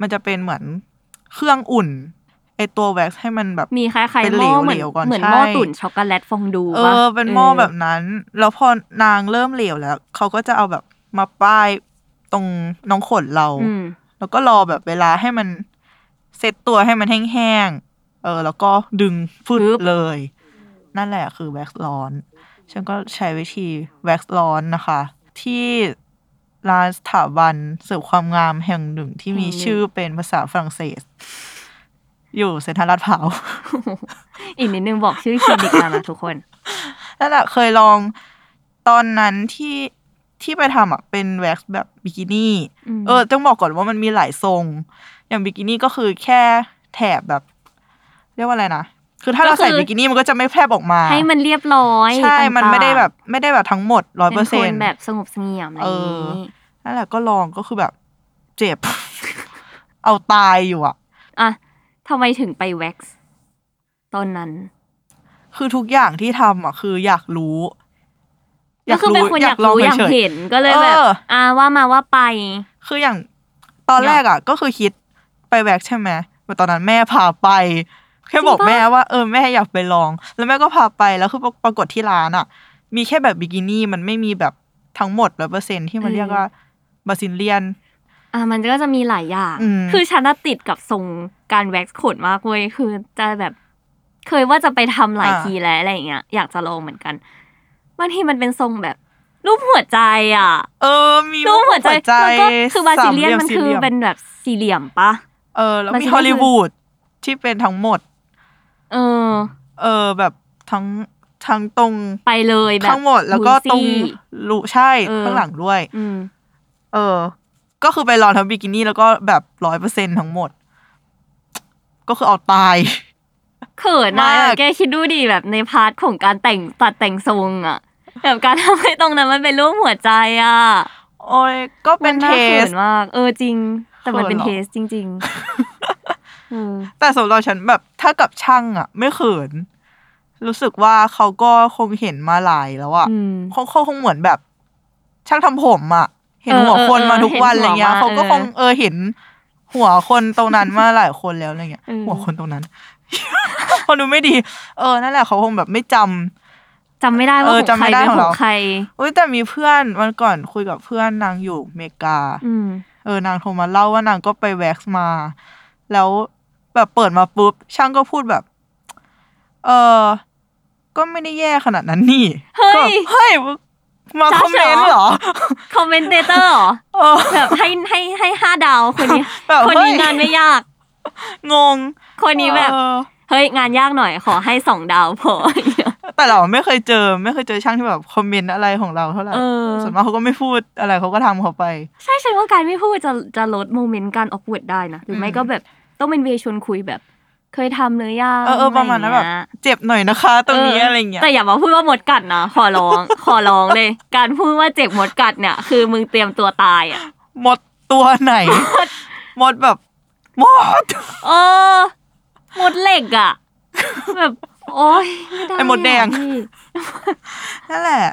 B: มันจะเป็นเหมือนเครื่องอุ่นไอตัวแว็กซ์ให้มันแบบ
A: มีคล้าย
B: เป็
A: ๆห
B: นเหล
A: ม้อ
B: ว
A: เหมือน
B: เหลวก่อน
A: เหมือน
B: ใช่
A: หม้อตุ๋นช็อกโกแลตฟองดู
B: เอ
A: ปะ
B: อ เป็นหม้อแบบนั้น แล้วพอนางเริ่มเหลวแล้ว เขาก็จะเอาแบบมาป้ายตรงน้องขนเรา
A: อืม
B: แล้วก็รอแบบเวลาให้มันเซ็ตตัวให้มันแห้งๆ เออ แล้วก็ดึงฟึดเลย นั่นแหละคือแว็กซ์ร้อน ฉันก็ใช้วิธีแว็กซ์ร้อนนะคะ ที่ร้านสถาบันเสริมความงามแห่งหนึ่งที่มีชื่อเป็นภาษาฝรั่งเศส อยู่เซ็นทรัลลาดพร้าว
A: อีกนิดนึงบอกชื่อคลินิกแล้วนะทุกคน
B: นั่นแหละเคยลองตอนนั้นที่ที่ไปทำอ่ะเป็นแว็กซ์แบบบิกินี่
A: อืม
B: เออต้องบอกก่อนว่ามันมีหลายทรง อย่างบิกินี่ก็คือแค่แถบแบบ เรียกว่าอะไรนะ คือถ้าเราใส่บิกินี่มันก็จะไม่แพรบออกมา
A: ให้มันเรียบร้อย
B: ใช่
A: ต่างๆ
B: มันไม่ได้แบบ ไม่ได้แบบทั้งหมดร้อย
A: เป็
B: เปอร์
A: นค
B: เซ็น
A: น
B: ต์
A: แบบสงบเสงี่ยมอะไรอย่าง
B: เออ
A: งี้
B: นั่นแหละก็ลองก็คือแบบเจ็บ เอาตายอยู่อะ
A: อ่ะทำไมถึงไปแว็กซ์ตอนนั้น
B: คือทุกอย่างที่ทำอะคืออยากรู้
A: ก็คือเป็นคนอยากรู้อยาก
B: ฉ
A: เห็นก็เลยแบบ
B: เออ
A: อ่าว่ามาว่าไป
B: คืออย่างตอนแรกอ่ะ ก็คือคิดไปแว็กใช่ไหมแต่ตอนนั้นแม่พาไป แค่บอก
A: จริงปะ
B: แม่ว่าเออแม่อยากไปลอง แล้วแม่ก็พาไปแล้วคือปรปรากฏที่ร้านอ่ะ มีแค่แบบบิกินี่มันไม่มีแบบทั้งหมดร้อเปอร์เซ็นที่มันเรียกว่าบาซิเลียน
A: อ่ามันก็จะมีหลายอย่าง
B: อืม
A: คือฉันน่ะติดกับทรงการแว็กซ์ขนมากเว้ยคือจะแบบ เคยว่าจะไปทำหลายทีแล้วอะไรอย่างเงี้ยอยากจะลองเหมือนกันบางทีมันเป็นทรงแบบ รูปหัวใจอ่ะ
B: เออ มี
A: รูปหัวใจแล้วก็คือบาซิเลียน
B: สห
A: มันคือ
B: สี่หลี่ย
A: เป็นแบบสี่เหลี่ยมปะ
B: เออแล้ว
A: บาซิ
B: มี
A: เลียน
B: ฮอลลีวูดที่เป็นทั้งหมด
A: เออ
B: เออแบบทั้งทั้งตรง
A: ไปเลยแบบ
B: ทั้งหมด แล้วก็ตรง
A: บูซี่
B: รูใช่
A: เออ
B: ข้างหลังด้วย
A: อืม
B: เออ ก็คือไปลองทำบิกินี่แล้วก็แบบร้อยเปอร์เซ็นทั้งหมด ก็คือเอาตาย
A: เขินนะ
B: มาก
A: แบบแกคิดดูดิแบบในพาร์ทของการแต่งตัดแต่งทรงอะแบบการทำให้ตรงนั้นมันเป็นรูปหัวใจอะ
B: โอ้ยก็เป็น
A: มั
B: เท
A: น่าขิ
B: ส
A: มาก เออจริง แต่มันเป็น
B: เขิ
A: เท
B: นเหรอ
A: สจริงๆเออ
B: แต่สำหรับฉันแบบถ้ากับช่างอะไม่เขิน รู้สึกว่าเขาก็คงเห็นมาหลายแล้วอะ
A: อืม
B: เขาเขาคงเหมือนแบบ ช่างทำผมอะเห็นหั
A: เออ
B: ว
A: เออ
B: คนมา
A: เออ
B: ทุกวันอะไรเงี้ย
A: เห็นหั
B: เขา
A: วมา
B: ก็คง
A: เออ
B: เออเห็น หัวคนตรงนั้นมาหลายคนแล้วอะไรเงี้ย
A: เออ
B: หัวคนตรงนั้น พอดูไม่ดี เออนั่นแหละเขาคงแบบไม่จำ
A: จำไม่ได้ว่า
B: เออ
A: ของ
B: จำ
A: ใคร
B: ไม่ได้
A: เป็น
B: ของ
A: ขอ
B: เรา
A: งใคร
B: อุ้ยแต่มีเพื่อนวันก่อนคุยกับเพื่อนนางอยู่อเมริกา
A: อืม
B: เออนางโทรมาเล่าว่านางก็ไปแว็กซ์มา แล้วแบบเปิดมาปุ๊บ ช่างก็พูดแบบ เออก็ไม่ได้แย่ขนาดนั้นนี่
A: เฮ้ย
B: ก็แบบเฮ้ยมา
A: จ๊ะ
B: คอมเมนต์
A: เหรอ
B: เหรอ
A: คอมเมนเตเตอร์เหรอ
B: เออ
A: แบบให้ให้ให้ห้าดาวคนนี้
B: แบบ
A: คนนี้
B: เฮ้ย
A: งานไม่ยาก
B: งง
A: คนนี้แบบ
B: เออ
A: เฮ้ยงานยากหน่อยขอให้สองดาวพอ
B: แต่เราไม่เคยเจอ ไม่เคยเจอช่างที่แบบคอมเมนต์อะไรของเราเท่าไหร่
A: เออ
B: ส่วนมากเขาก็ไม่พูดอะไรเขาก็ทำเขาไป
A: ใช่ฉันว่าการไม่พูดจะจะลดโมเมนต์การออกเวิร์ดได้นะ หรือไม่
B: อืม
A: ก็แบบต้องเป็นเวย์ชวนคุยแบบ เคยทำหรือยัง
B: เออเออประมาณนั้นแบบ
A: อไอย่งเงี้ย
B: เจ็บหน่อยนะคะ ตรงนี้
A: เ
B: อะไรอย่างเงี้ย
A: แต่อย่ามาพูดว่าหมดกัดนะ ขอร้องข อร้องเลย การพูดว่าเจ็บหมดกัดเนี่ย คือมึงเตรียมตัวตายอ่ะ
B: หมดตัวไห น หมดแบบหมด
A: เออหมดเหล็กอ่ะ แบบโอ๊ยไม่ได้
B: ไอ้หมดแดง
A: อะพี่
B: นั่นแหละ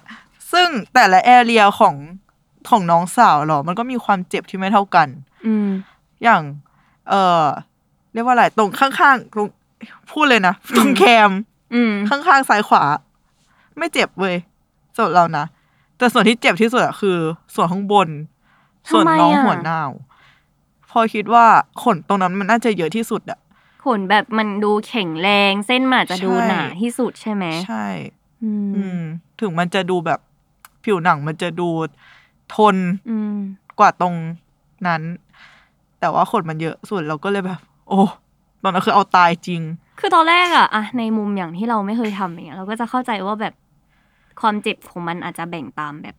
B: ซึ่งแต่ละแอเรียของของน้องสาวเหรอ มันก็มีความเจ็บที่ไม่เท่ากัน
A: อืม
B: อย่าง เออเรียกว่าอะไร ตรงข้างๆตรงพูดเลยนะ ตรงแคม
A: อืม
B: ข้างๆซ้ายขวา ไม่เจ็บเว้ยส่วนเรานะ แต่ส่วนที่เจ็บที่สุดอะคือ ส่วนข้างบน
A: ทำไมอะ
B: ส่วนน้องหัวเน่าพอคิดว่าขนตรงนั้นมันน่าจะเยอะที่สุดอะ
A: ขนแบบมันดูแข็งแรงเส้นมันอาจจะดู
B: ใช่
A: หนาที่สุดใช่ไหม
B: ใช่
A: อืม
B: อืมถึงมันจะดูแบบผิวหนังมันจะดูทน
A: อืม
B: กว่าตรงนั้น แต่ว่าขนมันเยอะสุดเราก็เลยแบบ โอ้ตอนนั้นคือเอาตายจริง
A: คือตอนแรกอะอะในมุมอย่างที่เราไม่เคยทำอย่างเงี้ยเราก็จะเข้าใจว่าแบบความเจ็บของมันอาจจะแบ่งตามแบบ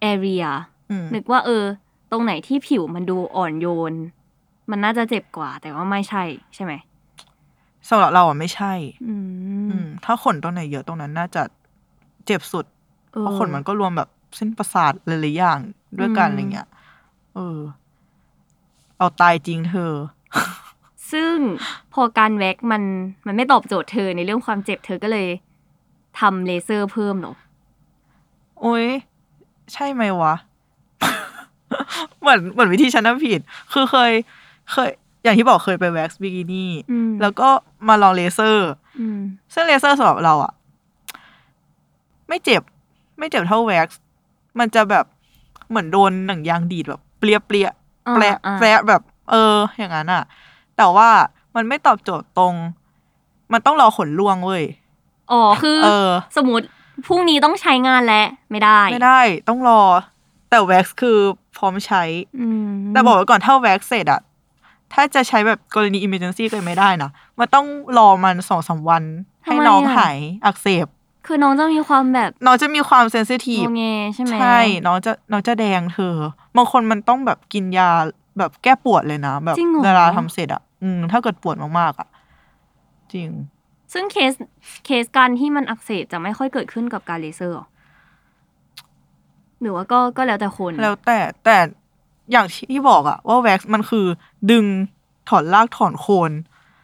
A: แอเรีย
B: อืม
A: นึกว่าเออ ตรงไหนที่ผิวมันดูอ่อนโยน มันน่าจะเจ็บกว่า แต่ว่าไม่ใช่ใช่ไหม
B: สำหรับเราอ่ะไม่ใช่
A: อื
B: อื
A: ม
B: ม ถ้าขนตรงไหนเยอะตรงนั้นน่าจะเจ็บสุด
A: เออ
B: เพราะขนมันก็รวมแบบเส้นประสาทหลายๆอย่างด้วยกัน
A: อืม
B: อะไรเงี้ย เออ เอาตายจริงเธอ
A: ซึ่งพอการแว็กมันมันไม่ตอบโจทย์เธอในเรื่องความเจ็บเธอก็เลยทำเลเซอร์เพิ่มเนอะ
B: โอ้ยใช่ไหมวะ เหมือนเหมือนวิธีฉันน่ะผิด คือเคย เคย อย่างที่บอกเคยไปแว็กซ์บิกินี่
A: อืม
B: แล้วก็มาลองเลเซอร์
A: อืม
B: ซึ่งเลเซอร์สำหรับเราอะไม่เจ็บ ไม่เจ็บเท่าแว็กซ์ มันจะแบบเหมือนโดนหนังยางดีดแบบเปรี้ยเปรี้ยๆ
A: อ่า
B: แปะ
A: อ่า
B: แปะแบบ เออ อย่างนั้นอะแต่ว่ามันไม่ตอบโจทย์ตรง มันต้องรอขนล่วงเว้ย
A: อ๋อคือ
B: เออ
A: สมมติพรุ่งนี้ต้องใช้งานแล้วไม่ได้
B: ไม่ได้ ต้องรอ แต่แว็กซ์คือพร้อมใช้
A: อืม
B: แต่บอกไว้ก่อนถ้าแว็กซ์เสร็จอะถ้าจะใช้แบบกรณี emergency ก็ไม่ได้นะ มันต้องรอมันสองสามวัน ให้
A: ทำไม
B: น้อง
A: อะ
B: หายอักเสบ
A: คือน้องจะมีความแบบ
B: น้องจะมีความเซนซิที
A: ง
B: ฟ
A: อแงใช่ไหม
B: ใช่ น้องจะ น้องจะแดงเธอ บางคนมันต้องแบบกินยาแบบแก้ปวดเลยนะ แบบ
A: จริงเหรอ
B: เวลาทำเสร็จอะอืม ถ้าเกิดปวดมากๆอะจริง
A: ซึ่งเคสเคสการที่มันอักเสบจะไม่ค่อยเกิดขึ้นกับการเลเซอร์หรอหรือว่าก็ก็แล้วแต่คน
B: แล้วแต่แต่ อย่างที่บอกอะว่าแว็กซ์มันคือดึงถอนรากถอนโคน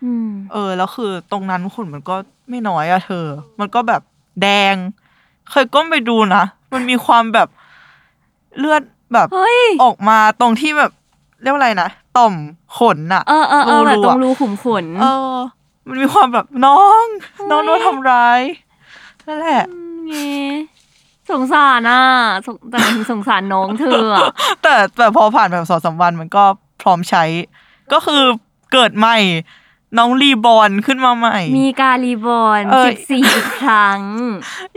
A: อืม
B: เออแล้วคือตรงนั้นขนมันก็ไม่น้อยอะเธอ มันก็แบบแดง เคยก้มไปดูนะ มันมีความแบบเลือดแบบ
A: เฮ้ย
B: ออกมาตรงที่แบบเรียกว่าอะไรนะต่อมขนอะ
A: เออเออเออแบบตรง
B: อะ
A: รูขุมขน
B: เออ มันมีความแบบน้อง
A: เฮ้ย
B: น้องโดนทำร้ายนั่นแหละ
A: เงี้ยสงสารอ่ะสงแต่หมายถึงสงสารน้องเธออะ
B: แต่แต่พอผ่านแบบสองสามวันมันก็พร้อมใช้ ก็คือเกิดใหม่ น้องรีบอร์นขึ้นมาใหม่
A: มีการรีบอร์น
B: เอ้
A: สิ
B: ย
A: บสี่อีกครั้ง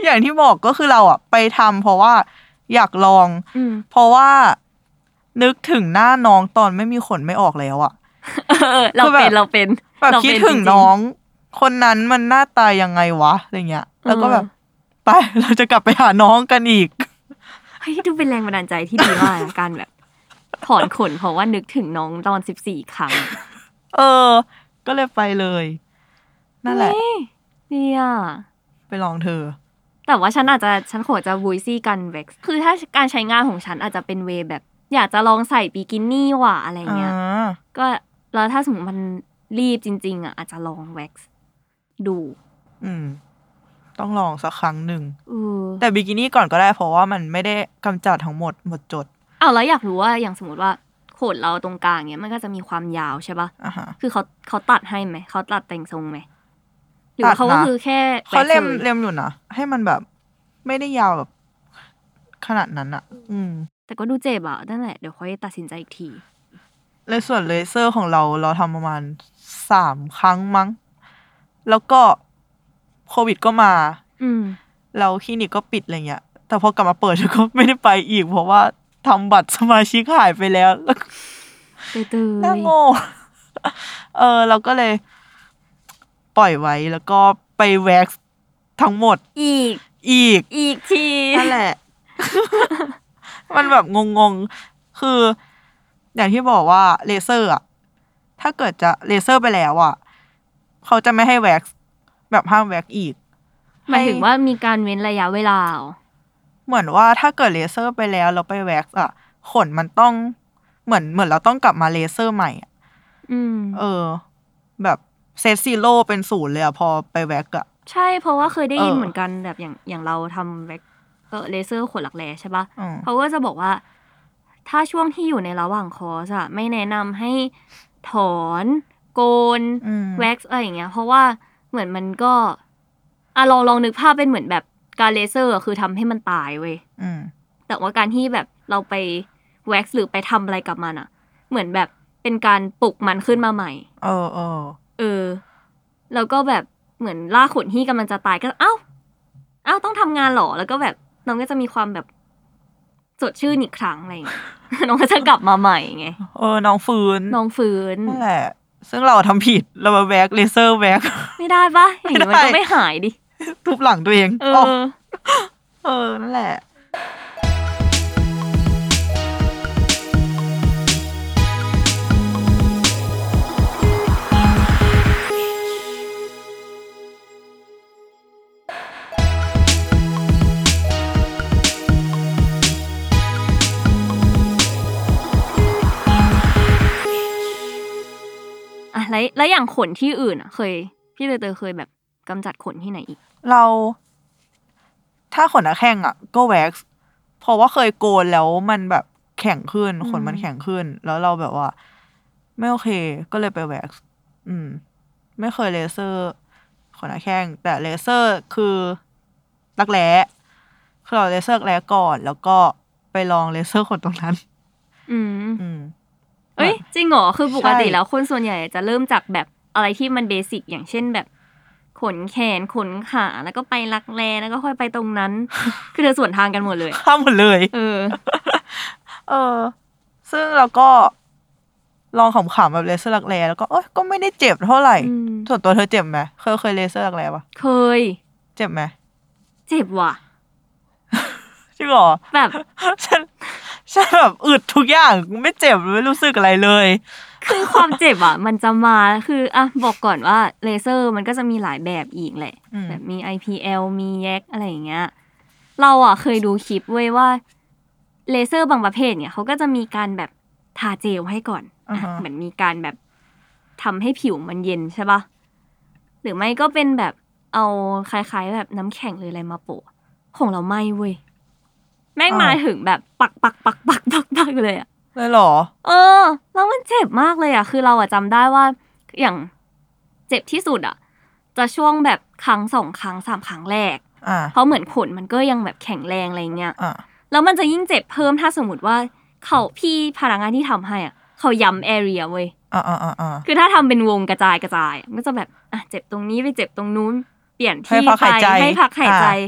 B: อย่างที่บอกก็คือเราอะไปทำเพราะว่าอยากลอง
A: อืม
B: เพราะว่านึกถึงหน้าน้องตอนไม่มีขนไม่ออกแล้วอะ
A: เออเรา
B: คือแบบ
A: เป็นเราเป็น
B: แบบ
A: เรา
B: คิด
A: เป็น
B: ถึ
A: จ
B: ง
A: ริๆ
B: น้อง คนนั้นมันหน้าตายยังไงวะอะไรเงี้ย แล้วก็
A: เออ
B: แบบไปเราจะกลับไปหาน้องกันอีก
A: เฮ้ยดูเป็นแรงบันดาลใจที่ดีมากนะการแบบ ถอนขนเพราะว่านึกถึงน้องตอนสิบสี่ครั้ง
B: เออ ก็เลยไปเลย นั่นแหละ
A: เฮ้ยดีอ่ะ
B: ไปลองเธอ
A: แต่ว่าฉันอาจจะฉันขอจะวุยซี่กันเว็กซ์คือถ้าการใช้งานของฉันอาจจะเป็นเวย์แบบ อยากจะลองใส่บิกินี่ว่ะอะไร
B: อ่
A: เงี้ย
B: า
A: ก็แล้วถ้าสมมติมันรีบจริง ๆ อ่ะ อาจจะลองแว็กซ์ดู
B: อืม ต้องลองสักครั้งหนึ่ง
A: เออ
B: แต่บิกินี่ก่อนก็ได้เพราะว่ามันไม่ได้กำจัดทั้งหมดหมดจด
A: เอาวแล้วอยากรู้ว่าอย่างสมมติว่าโขนเราตรงกลางเนี้ยมันก็จะมีความยาวใช่ปะ
B: อ่ะฮะ
A: คือเขาเขาตัดให้ไหมเขาตัดแต่งทรงไหมหรือว่าเขา
B: ตั
A: ก็
B: ดนะ
A: คือแค่
B: เขาเล็ม
A: แปะชื่อ
B: เล็มอยู่นะ ให้มันแบบ ไม่ได้ยาวแบบ ขนาดนั้นอะอืม
A: แต่ก็ดูเจ็บอ่ะนั่นแหละเดี๋ยวค่อยตัดสินใจอีกที
B: ในส่วนเลเซอร์ของเราเราทำประมาณสามครั้งมั้ง แล้วก็โควิดก็มา
A: อืม
B: แล้วคลินิกก็ปิดอะไรเงี้ย แต่พอกลับมาเปิดฉันก็ไม่ได้ไปอีก เพราะว่าทำบัตรสมาชิกหายไปแล้วแล้วก็
A: เตยตื
B: น่าโง่เออ เราก็เลย ปล่อยไว้แล้วก็ไปแว็กซ์ทั้งหมด
A: อีก
B: อีก
A: อีกที
B: นั่นแหละ มันแบบงงๆ คือ อย่างที่บอกว่าเลเซอร์อะถ้าเกิดจะเลเซอร์ไปแล้วอะเขาจะไม่ให้แว็กซ์แบบห้ามแว็กซ์อีก
A: หมายถึงว่ามีการเว้นระยะเวลาเหรอ
B: เหมือนว่าถ้าเกิดเลเซอร์ไปแล้วเราไปแว็กซ์อะขนมันต้องเหมือนเหมือนเราต้องกลับมาเลเซอร์ใหม่อะ
A: อืม
B: เออ แบบเซตซีโร่เป็นศูนย์เลยอะพอไปแว็กซ์อะ
A: ใช่เพราะว่าเคยได้ยิน
B: เออ
A: เหมือนกันแบบอย่างอย่างเราทำแว็กเออเลเซอร์ขนหลักแร้ใช่ปะ
B: อืม
A: เขาก็จะบอกว่า ถ้าช่วงที่อยู่ในระหว่างคอร์สอะไม่แนะนำให้ถอน โกน
B: อืม
A: แว็กซ์อะไรอย่างเงี้ย เพราะว่าเหมือนมันก็อะลองลองนึกภาพเป็นเหมือนแบบการเลเซอร์อะคือทำให้มันตายเว้ย
B: อืม
A: แต่ว่าการที่แบบเราไปแว็กซ์หรือไปทำอะไรกับมันอะเหมือนแบบเป็นการปลุกมันขึ้นมาใหม่
B: เออเออ
A: เออ แล้วก็แบบเหมือนล่าขนที่กำลังจะตายก็ เอ้า เอ้าต้องทำงานเหรอ แล้วก็แบบน้องก็จะมีความแบบสดชื่นอีกครั้งอะไรอย่าง เงี้ย น้องก็จะกลับมาใหม่ไง
B: เออ น้องฟื้น
A: น้องฟื้น
B: นั่นแหละ ซึ่งเราทำผิดเรามาแว็กซ์เลเซอร์แว็กซ์
A: ไม่ได้ปะอย่างงี้มันก็
B: ไม่ได้
A: ไม่หายดิ
B: ทุบหลังตัวเอง
A: เอ
B: อ
A: อ
B: เออ นั่นแหละ
A: อ่ะแล้วแล้วอย่างขนที่อื่นอ่ะ เคย พี่เตยๆเคยแบบกำจัดขนที่ไหนอีก
B: เรา ถ้าขนตะแข้งอ่ะ ก็แว็กซ์เพราะว่าเคยโกนแล้วมันแบบแข็งขึ้น
A: อืม
B: ขนมันแข็งขึ้น แล้วเราแบบว่า ไม่โอเค ก็เลยไปแว็กซ์อืม ไม่เคยเลเซอร์ ขนตะแข้ง แต่เลเซอร์คือรักแร้คือเราเลเซอร์รักแร้ก่อน แล้วก็ไปลองเลเซอร์ขนตรงนั้น
A: อืม
B: อืม
A: เอ้ยจริงเหรอคือปกติ
B: ใช่
A: แล้วคนส่วนใหญ่จะเริ่มจากแบบอะไรที่มันเบสิกอย่างเช่นแบบ ขนแขนขนขาแล้วก็ไปรักแร้แล้วก็ค่อยไปตรงนั้น คือเธอส่วนทางกันหมดเลยอะ
B: ข้ามหมดเลย
A: เออ
B: เออ ซึ่งเราก็ลองขำๆแบบเลเซอร์รักแร้แล้วก็เอ้ยก็ไม่ได้เจ็บเท่าไหร่
A: อืม
B: ส่วนตัวเธอเจ็บไหมเคยเคยเลเซอร์รักแร้ปะ
A: เคย
B: เจ็บไหม
A: เจ็บว่ะ
B: จริงเหรอ
A: แบบ
B: ฉันฉันแบบอึดทุกอย่างไม่เจ็บไม่รู้สึกอะไรเลย
A: คือความเจ็บอ่ะ มันจะมาคืออ่ะบอกก่อนว่าเลเซอร์มันก็จะมีหลายแบบอีกแหละ
B: อืม
A: แบบมี IPL มีแยกอะไรอย่างเงี้ย เราอ่ะเคยดูคลิปเว้ยว่าเลเซอร์บางประเภทเนี่ยเขาก็จะมีการแบบ ทาเจลให้ก่อน
B: อ่าฮะ
A: อ่ะเหมือนมีการแบบทำให้ผิวมันเย็นใช่ปะหรือไม่ก็เป็นแบบเอาคล้ายๆ แบบน้ำแข็งหรืออะไรมาโปะของเราไม่เว้ยแม่ง
B: อ้าว
A: มาถึงแบบปักปักปักปักปักปักเลยอะ
B: เลยเหรอ
A: เออแล้วมันเจ็บมากเลยอ่ะ คือเราอ่ะจำได้ว่าอย่างเจ็บที่สุดอ่ะ จะช่วงแบบครั้งสองครั้งสามครั้งแรก
B: อ่า
A: เพราะเหมือนขนมันก็ยังแบบแข็งแรงอะไรเงี้ย
B: อ่า
A: แล้วมันจะยิ่งเจ็บเพิ่มถ้าสมมติว่าเขาพี่พนักงานที่ทำให้อ่ะ เขาย้ำแอเรียเว้ย
B: อ่าอ่าอ่าอ่า
A: คือถ้าทำเป็นวงกระจายกระจายมันก็จะแบบอ่ะเจ็บตรงนี้ไปเจ็บตรงนู้น เปลี่ยน
B: ให้
A: ที่
B: พักหายใจ
A: ให้พักหายใจ
B: อ่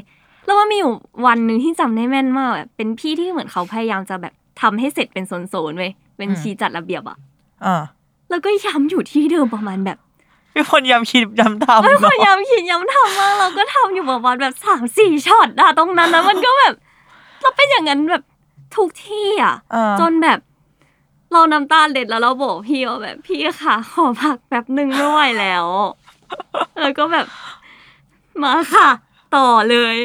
A: แล้วว่ามีอยู่วันหนึ่งที่จำได้แม่นมากแบบเป็นพี่ที่เหมือนเขาพยายามจะแบบทำให้เสร็จเป็นโซนๆเว้ยเป็นชี้จัดระเบียบอ่ะ
B: อ่า
A: แล้วก็ย้ำอยู่ที่เดิมประมาณ แบบ
B: มีคนย้ำคิดย้ำทำ
A: เอ้ยพ
B: เนอะ
A: ยายามคิดย้ำทำมากเราก็ทำอยู่ประมาณแบบสามสี่ช็อตอะตรงนั้นนะมันก็แบบ เราเป็นอย่างนั้นแบบทุกที่อะ
B: อ่า
A: จนแบบ เราน้ำตาเด็ดแล้วเราบอกพี่ว่าแบบพี่ค่ะขอพักแป๊บหนึ่งไม่ไหวแล้ว แล้วก็แบบมาค่ะ ต่อเลย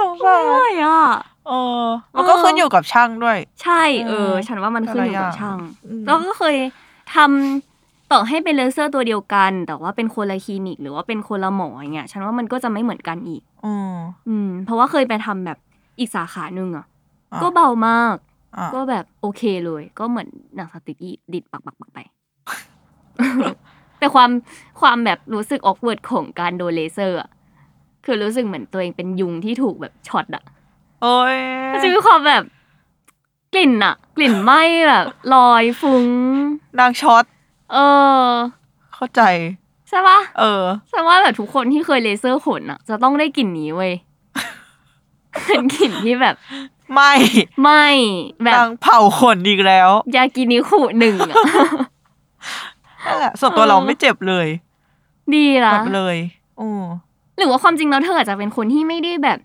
B: สงสาร
A: ไม่ไหวอ่ะ
B: เออมันก็ขึ้นอยู่กับช่างด้วย
A: ใช่เออ
B: เออ
A: ฉันว่ามัน
B: แต่ละ
A: ขึ้นอยู่กับ
B: อย่าง
A: ช่าง
B: อืม
A: แล้วก็เคยทำต่อให้เป็นเลเซอร์ตัวเดียวกัน แต่ว่าเป็นคนละคลินิก หรือว่าเป็นคนละหมออย่างเงี้ยฉันว่ามันก็จะไม่เหมือนกันอีก
B: อืม
A: อืม เพราะว่าเคยไปทำแบบอีกสาขาหนึ่งอ่ะ
B: อ่ะ
A: ก็เบามาก
B: อ่า
A: ก็แบบโอเคเลย ก็เหมือนหนังสติ๊กอีดิดปักปักปักไป แต่ความความแบบรู้สึกออกเวิร์ดของการโดนเลเซอร์อะคือรู้สึกเหมือนตัวเองเป็นยุงที่ถูกแบบช็อตอะ
B: โอ้ย
A: มันจะมีความแบบกลิ่นอะกลิ่นไหม้แบบลอยฟุ้ง
B: นางช็อต
A: เออ
B: เข้าใจ
A: ใช่ปะ
B: เออ
A: ฉันว่าแบบทุกคนที่เคยเลเซอร์ขนอะจะต้องได้กลิ่นนี้เว้ยเป็นกลิ่นที่แบบ
B: ไม่
A: ไหม้แบบ
B: นางเผาขนอีกแล้ว
A: ยากินิคุหนึ่งอะ
B: นั่นแหละส่วนตัว
A: เออ
B: เราไม่เจ็บเลย
A: ดีละ
B: แบบเลยอือ
A: หรือว่าความจริงแล้วเธออาจจะเป็นคนที่ไม่ได้แบบ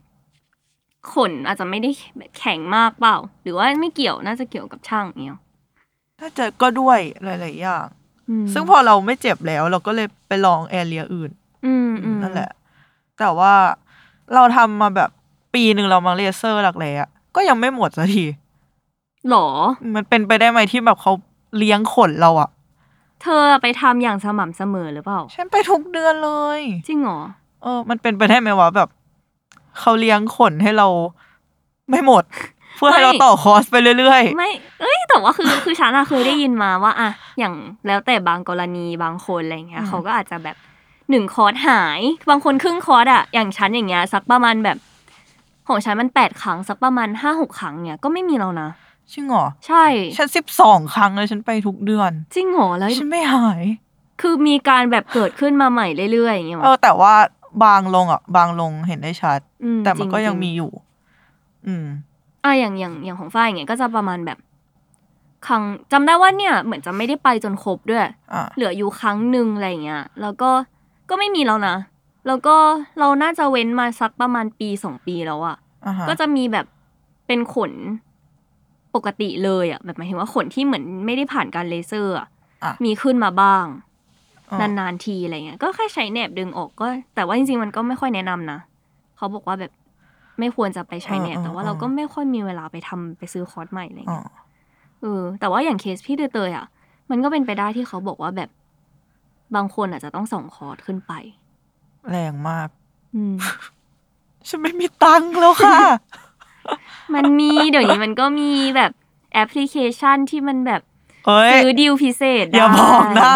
A: ขนอาจจะไม่ได้แบบแข็งมากเปล่า หรือว่าไม่เกี่ยวน่าจะเกี่ยวกับช่างเนี้ย
B: น่าจะก็ด้วยหลาย ๆ อย่าง
A: อืม
B: ซึ่งพอเราไม่เจ็บแล้ว เราก็เลยไปลองแอเรียอื่น
A: อืมอืม
B: นั่นแหละ แต่ว่าเราทำมาแบบปีหนึ่งเรามาเลเซอร์หลักแร้อะก็ยังไม่หมดสักที
A: หรอ
B: มันเป็นไปได้ไหมที่แบบเขาเลี้ยงขนเราอะ
A: เธอไปทำอย่างสม่ำเสมอหรือเปล่า
B: ฉันไปทุกเดือนเลย
A: จริงเหรอ
B: เออ มันเป็นไปได้ไหมวะแบบเขาเลี้ยงขนให้เราไม่หมด เพื่อให้เรา
A: ไม่
B: ต่อคอร์สไปเรื่อย ๆ
A: ไม่เอ้ย แต่ว่า คือ คือฉันอะเคยได้ยินมาว่าอะอย่างแล้วแต่บางกรณีบางคนอะไรเงี้ย
B: อืม
A: เขาก็อาจจะแบบหนึ่งคอร์สหาย บางคนครึ่งคอร์สอะอย่างฉันอย่างเงี้ยสักประมาณแบบ ของฉันมันแปดครั้งสักประมาณห้าหกครั้งเนี่ยก็ไม่มีแล้วนะ
B: จริงเหรอ
A: ใช่
B: ฉันสิบสองครั้งเลยฉันไปทุกเดือน
A: จริงเหรอแล้ว
B: ฉันไม่หาย
A: คือมีการแบบเกิดขึ้นมาใหม่เรื่อยๆอย่างเงี้ยหร
B: เออ แต่ว่าบางลงอ่ะ บางลงเห็นได้ชัด
A: อื
B: แต่มันก็
A: จริๆ
B: ยังมีอยู่ อืม
A: อ่ะอย่างอย่างอย่างของฝ้ายอย่างเงี้ยก็จะประมาณแบบ ครั้งจำได้ว่าเนี่ย เหมือนจะไม่ได้ไปจนครบด้วย
B: อ่ะ
A: เหลืออยู่ครั้งหนึ่งอะไรอย่างเงี้ย แล้วก็ ก็ไม่มีแล้วนะ แล้วก็เราน่าจะเว้นมาสักประมาณปีสองปีแล้วอะ
B: อ่าฮะ
A: ก็จะมีแบบเป็นขนปกติเลยอะแบบหมายถึงว่าขนที่เหมือนไม่ได้ผ่านการเลเซอร์อะ
B: อ่ะ
A: มีขึ้นมาบ้าง
B: อ่ะ
A: นานๆทีอะไรเงี้ย ก็แค่ใช้แหนบดึงออกก็ แต่ว่าจริงๆมันก็ไม่ค่อยแนะนำนะ เขาบอกว่าแบบไม่ควรจะไปใช้แหนบแต่ว่าเราก็ไม่ค่อยมีเวลาไปทำไปซื้อคอร์สใหม่อะไรเงี้ย
B: อ่ะ
A: เออแต่ว่าอย่างเคสพี่เตยๆอ่ะ มันก็เป็นไปได้ที่เขาบอกว่าแบบบางคนอาจจะต้องส่งคอร์สขึ้นไป
B: แรงมาก
A: อืม
B: ฉันไม่มีตังค์แล้วค่ะ
A: มัน มีเดี๋ยวนี้มันก็มีแบบแอปพลิเคชันที่มันแบบ
B: เอ้ย
A: ซื้อดีลพิเศษได้
B: อย่าบอกนะ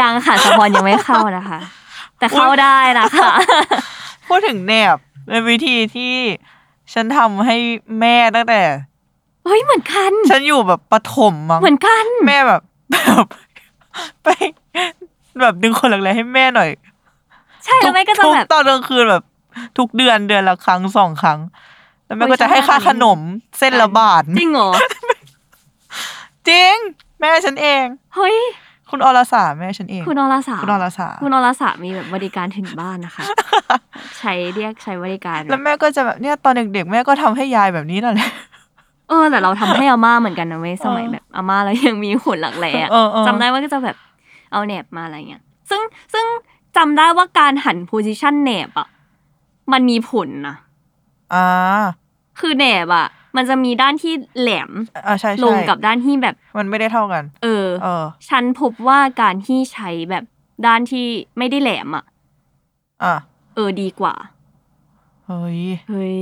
A: ยังค่ะสปอนยังไม่เข้านะคะ แต่เข้าได้นะคะ
B: พูดถึงแนบเป็นวิธีที่ฉันทำให้แม่ตั้งแต่
A: เฮ้ยเหมือนกัน
B: ฉันอยู่แบบประถมมั้ง
A: เหมือนกัน
B: แม่แบบ แบบไปแบบดึงคนหลังแรให้แม่หน่อย
A: ใช่แล้วแม่ก็จะ
B: ทุ
A: แบบ
B: ตอนกลางคืนแบบ ทุกเดือนเดือนละครั้งสองครั้ง แล้วแม่
A: โอ้ย
B: ก็จะให้
A: ชอบ
B: ค่า
A: อันนี้
B: ขนมเส้นละบาท
A: จริงเหรอ
B: จริง แม่ฉันเอง
A: เฮ้ย
B: คุณอรสาแม่ฉันเอง
A: คุณอรสา
B: คุณอรสา
A: คุณอรสามีแบบบริการถึงบ้านนะคะ ใช้เรียกใช้บริการ
B: แล้วแม่ก็จะแบบเนี่ยตอนเด็กๆ แม่ก็ทำให้ยายแบบนี้นั่นแหละ
A: เออแต่เราทำให้อาม่าเหมือนกันนะ เว้ยสมัย
B: เออ
A: แบบอาม่าเรายังมีขนหลักแร้อะ
B: เออเออ
A: จำได้ว่าก็จะแบบเอาแหนบมาอะไรเงี้ยซึ่งซึ่งจำได้ว่าการหันโพซิชันแหนบอ่ะมันมีผลนะ
B: อ่า
A: คือแหนบอ่ะ มันจะมีด้านที่แหลม
B: อ่าใช่
A: ล
B: ใช่
A: งกับด้านที่แบบ
B: มันไม่ได้เท่ากัน
A: เออ
B: เออ
A: ฉันพบว่าการที่ใช้แบบด้านที่ไม่ได้แหลมอ่ะ
B: อ่ะ
A: เออดีกว่า
B: เฮ้ย
A: เฮ้ย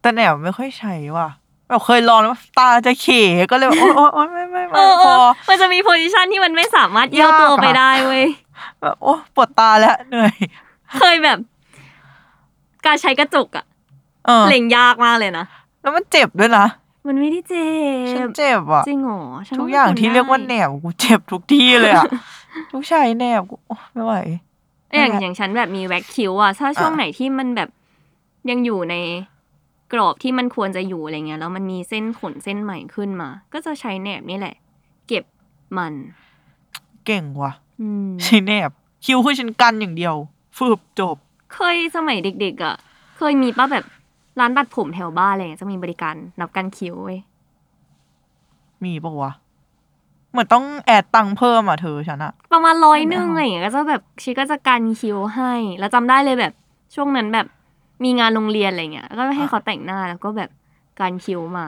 B: แต่แหนมไม่ค่อยใช้ว่ะแบบเคยลองแล้วตาจะเขก็เลยแบบโอ๊ยโอ๊ยโอ๊ยไม่ไม่
A: เอ
B: ไม่
A: อเอ
B: พอ
A: อมันจะมีโพซิชันที่มันไม่สามารถเอี้ยวตัวย
B: ากอะ
A: ไปได้เว้ย
B: แบบโอ้ปวดตาแล้วเหนื่อย
A: เคยแบบ การใช้กระจกอะ
B: เออ
A: เล็งยากมากเลยนะ
B: แล้วมันเจ็บด้วยนะ
A: มันไม่ได้เจ็
B: ฉัน
A: บ
B: เจ็บอ่ะ
A: จริงเหรอฉัน
B: ทุก
A: ว่
B: อย่าง
A: มัน
B: ที่เรียกว่าแหน
A: ได้
B: บกูเจ็บทุกที่เลย อ่ะ ทุกชายแหนบกูโอ๊ยไม่ไหว
A: เอ้ยอย่าง
B: นั่นแหละ
A: อย่างฉันแบบมีแว็กคิ้วอะถ้าช่วง
B: อ่ะ
A: ไหนที่มันแบบยังอยู่ในกรอบที่มันควรจะอยู่อะไรเงี้ย แล้วมันมีเส้นขนเส้นใหม่ขึ้นมา ก็จะใช้แหนบนี่แหละ เก็บมัน
B: เก่งว่ะ
A: อืม
B: ใช้แหนบคิ้วคือฉันกันอย่างเดียว ฟืบจบ
A: เคยสมัยเด็กๆอะเคยมีป้าแบบร้านตัดผมแถวบ้านอะไรเงี้ยจะมีบริการนับกันคิ้วเว้ย
B: มีปะวะ เหมือนต้องแอดตังค์เพิ่มอ่ะเธอฉันอ่ะ
A: ประมาณร้อยหนึ่ง
B: ไม่เอา
A: อะไรอย่างเงี้ยก็จะแบบชีก็จะกันคิวให้ แล้วจำได้เลยแบบช่วงนั้นแบบมีงานโรงเรียนอะไรเงี้ยก็ให้เขาแต่งหน้าแล้วก็แบบการคิวมา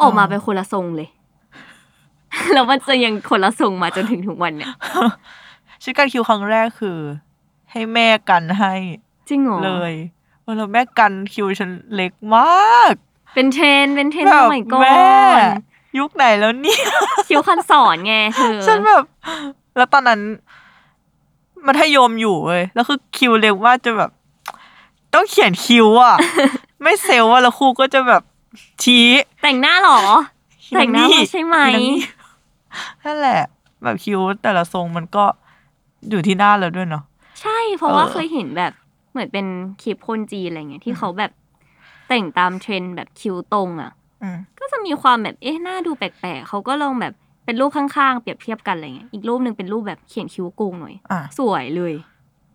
A: ออกมาเป็นคนละทรงเลย แล้วมันจะยังคนละทรงมาจนถึงทุกวันเนี่ย
B: ฉันกันคิ้วครั้งแรกคือ ให้แม่กันให้
A: จริงเหรอ
B: เลยเออแล้วแม่กันคิวฉันเล็กมาก
A: เป็นเทรนด์เป็นเทรน
B: แบ
A: ส
B: บ
A: มัยก่อ
B: แม่
A: น
B: ยุคไหนแล้วเนี่ย
A: คิวคันสอนไงเธอ
B: ฉันแบบ แล้วตอนนั้น มัธยมอยู่เว้ยแล้วคือคิวเร็วว่าจะแบบ ต้องเขียนคิว อ่ะ ไม่เซลว่าแล้วครูก็จะแบบชี้
A: แต่งหน้าเหรอ แต่งหน้ามาใช่ไหม
B: นางนี่ นั่นแหละ แบบคิวแต่ละทรงมันก็อยู่ที่หน้าแล้วด้วยเนาะ
A: ใช่เพราะว่า
B: เออ
A: เคยเห็นแบบเหมือนเป็นคลิปคนจีนอะไรเงี้ยที่เขาแบบแต่งตามเทรนด์แบบคิวตรงอะ
B: อืม
A: ก็จะมีความแบบ เอ๊ะ หน้าดูแปลกๆ เขาก็ลองแบบเป็นรูปข้างๆ เปรียบเทียบกันอะไรเงี้ย อีกรูปหนึ่งเป็นรูปแบบเขียนคิ้วโกงหน่อย
B: อ่ะ
A: สวยเลย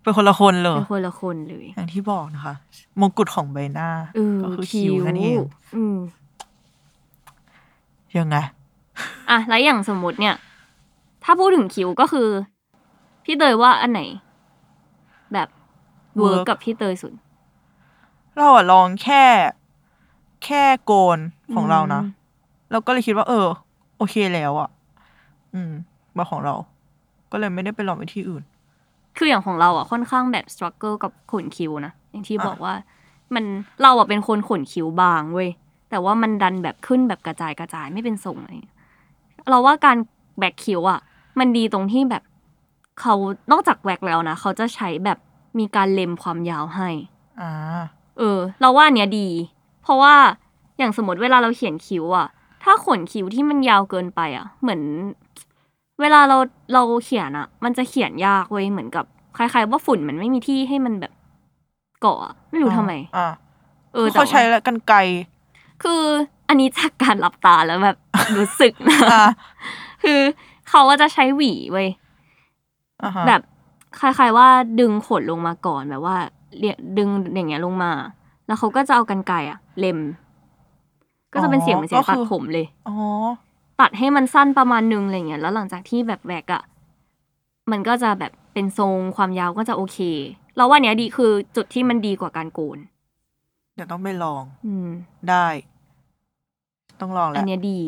B: เป็นคนละคนเลย
A: เป็นคนละคนเลย
B: อย่างที่บอกนะคะ มงกุฎของใบหน้า
A: เออ
B: ก็คือ
A: คิ้
B: คิ้ว
A: ว
B: นั่นเอง
A: อืม
B: ยังไง
A: อ่ะ แล้วอย่างสมมติเนี่ย ถ้าพูดถึงคิ้วก็คือ พี่เตยว่าอันไหน แบบเวิร์ก
B: work
A: กับพี่เตยสุด
B: เราอะลองแค่ แค่โกนของ
A: อืม
B: เรานะเราก็เลยคิดว่า เออ โอเคแล้วอะอืมมาของเรา ก็เลยไม่ได้ไปลองไปที่อื่น
A: คืออย่างของเราอ่ะค่อนข้างแบบสครัลเกิลกับขนคิ้วนะอย่างที่
B: อ่ะ
A: บอกว่า มันเราอ่ะเป็นคนขนคิ้วบางเว้ยแต่ว่ามันดันแบบขึ้นแบบกระจายกระจายไม่เป็นทรงอะไรอย่างเงี้ยเราว่าการแบกคิ้วอ่ะ มันดีตรงที่แบบเขานอกจากแวกแล้วนะเขาจะใช้แบบมีการเล็มความยาวให้
B: อ่า
A: เออ เราว่าอันเนี้ยดี เพราะว่าอย่างสมมติเวลาเราเขียนคิ้วอะถ้าขนคิ้วที่มันยาวเกินไปอะเหมือน เวลาเราเราเขียนอะมันจะเขียนยากเว้ยเหมือนกับคล้ายๆ ว่าฝุ่นมันไม่มีที่ให้มันแบบเกาะอะไม่รู้ทำไม
B: อ่า
A: เออแต่
B: เขาใช้
A: ว่า
B: กันไกล
A: คืออันนี้จากการหลับตาแล้วแบบ รู้สึกนะ
B: อ่า
A: คือเขาว่าจะใช้หวีเว้ย
B: อ่าฮะ
A: แบบคล้ายๆว่าดึงขนลงมาก่อนแบบว่าเรียดึงอย่างเงี้ยลงมา แล้วเขาก็จะเอากันไกรอะเล็ม ก็จะเป็นเสียงเหมือนเสียงตัดผมเลย
B: อ๋อ
A: ตัดให้มันสั้นประมาณนึงอะไรเงี้ยแล้วหลังจากที่แบบแวกอะมันก็จะแบบเป็นทรงความยาวก็จะโอเค เราว่าเนี้ยดีคือจุดที่มันดีกว่าการโกน
B: เดี๋ยวต้องไปลอง
A: อืม
B: ได้ ต้องลองแห
A: อั
B: ละ
A: นเนี้ยดี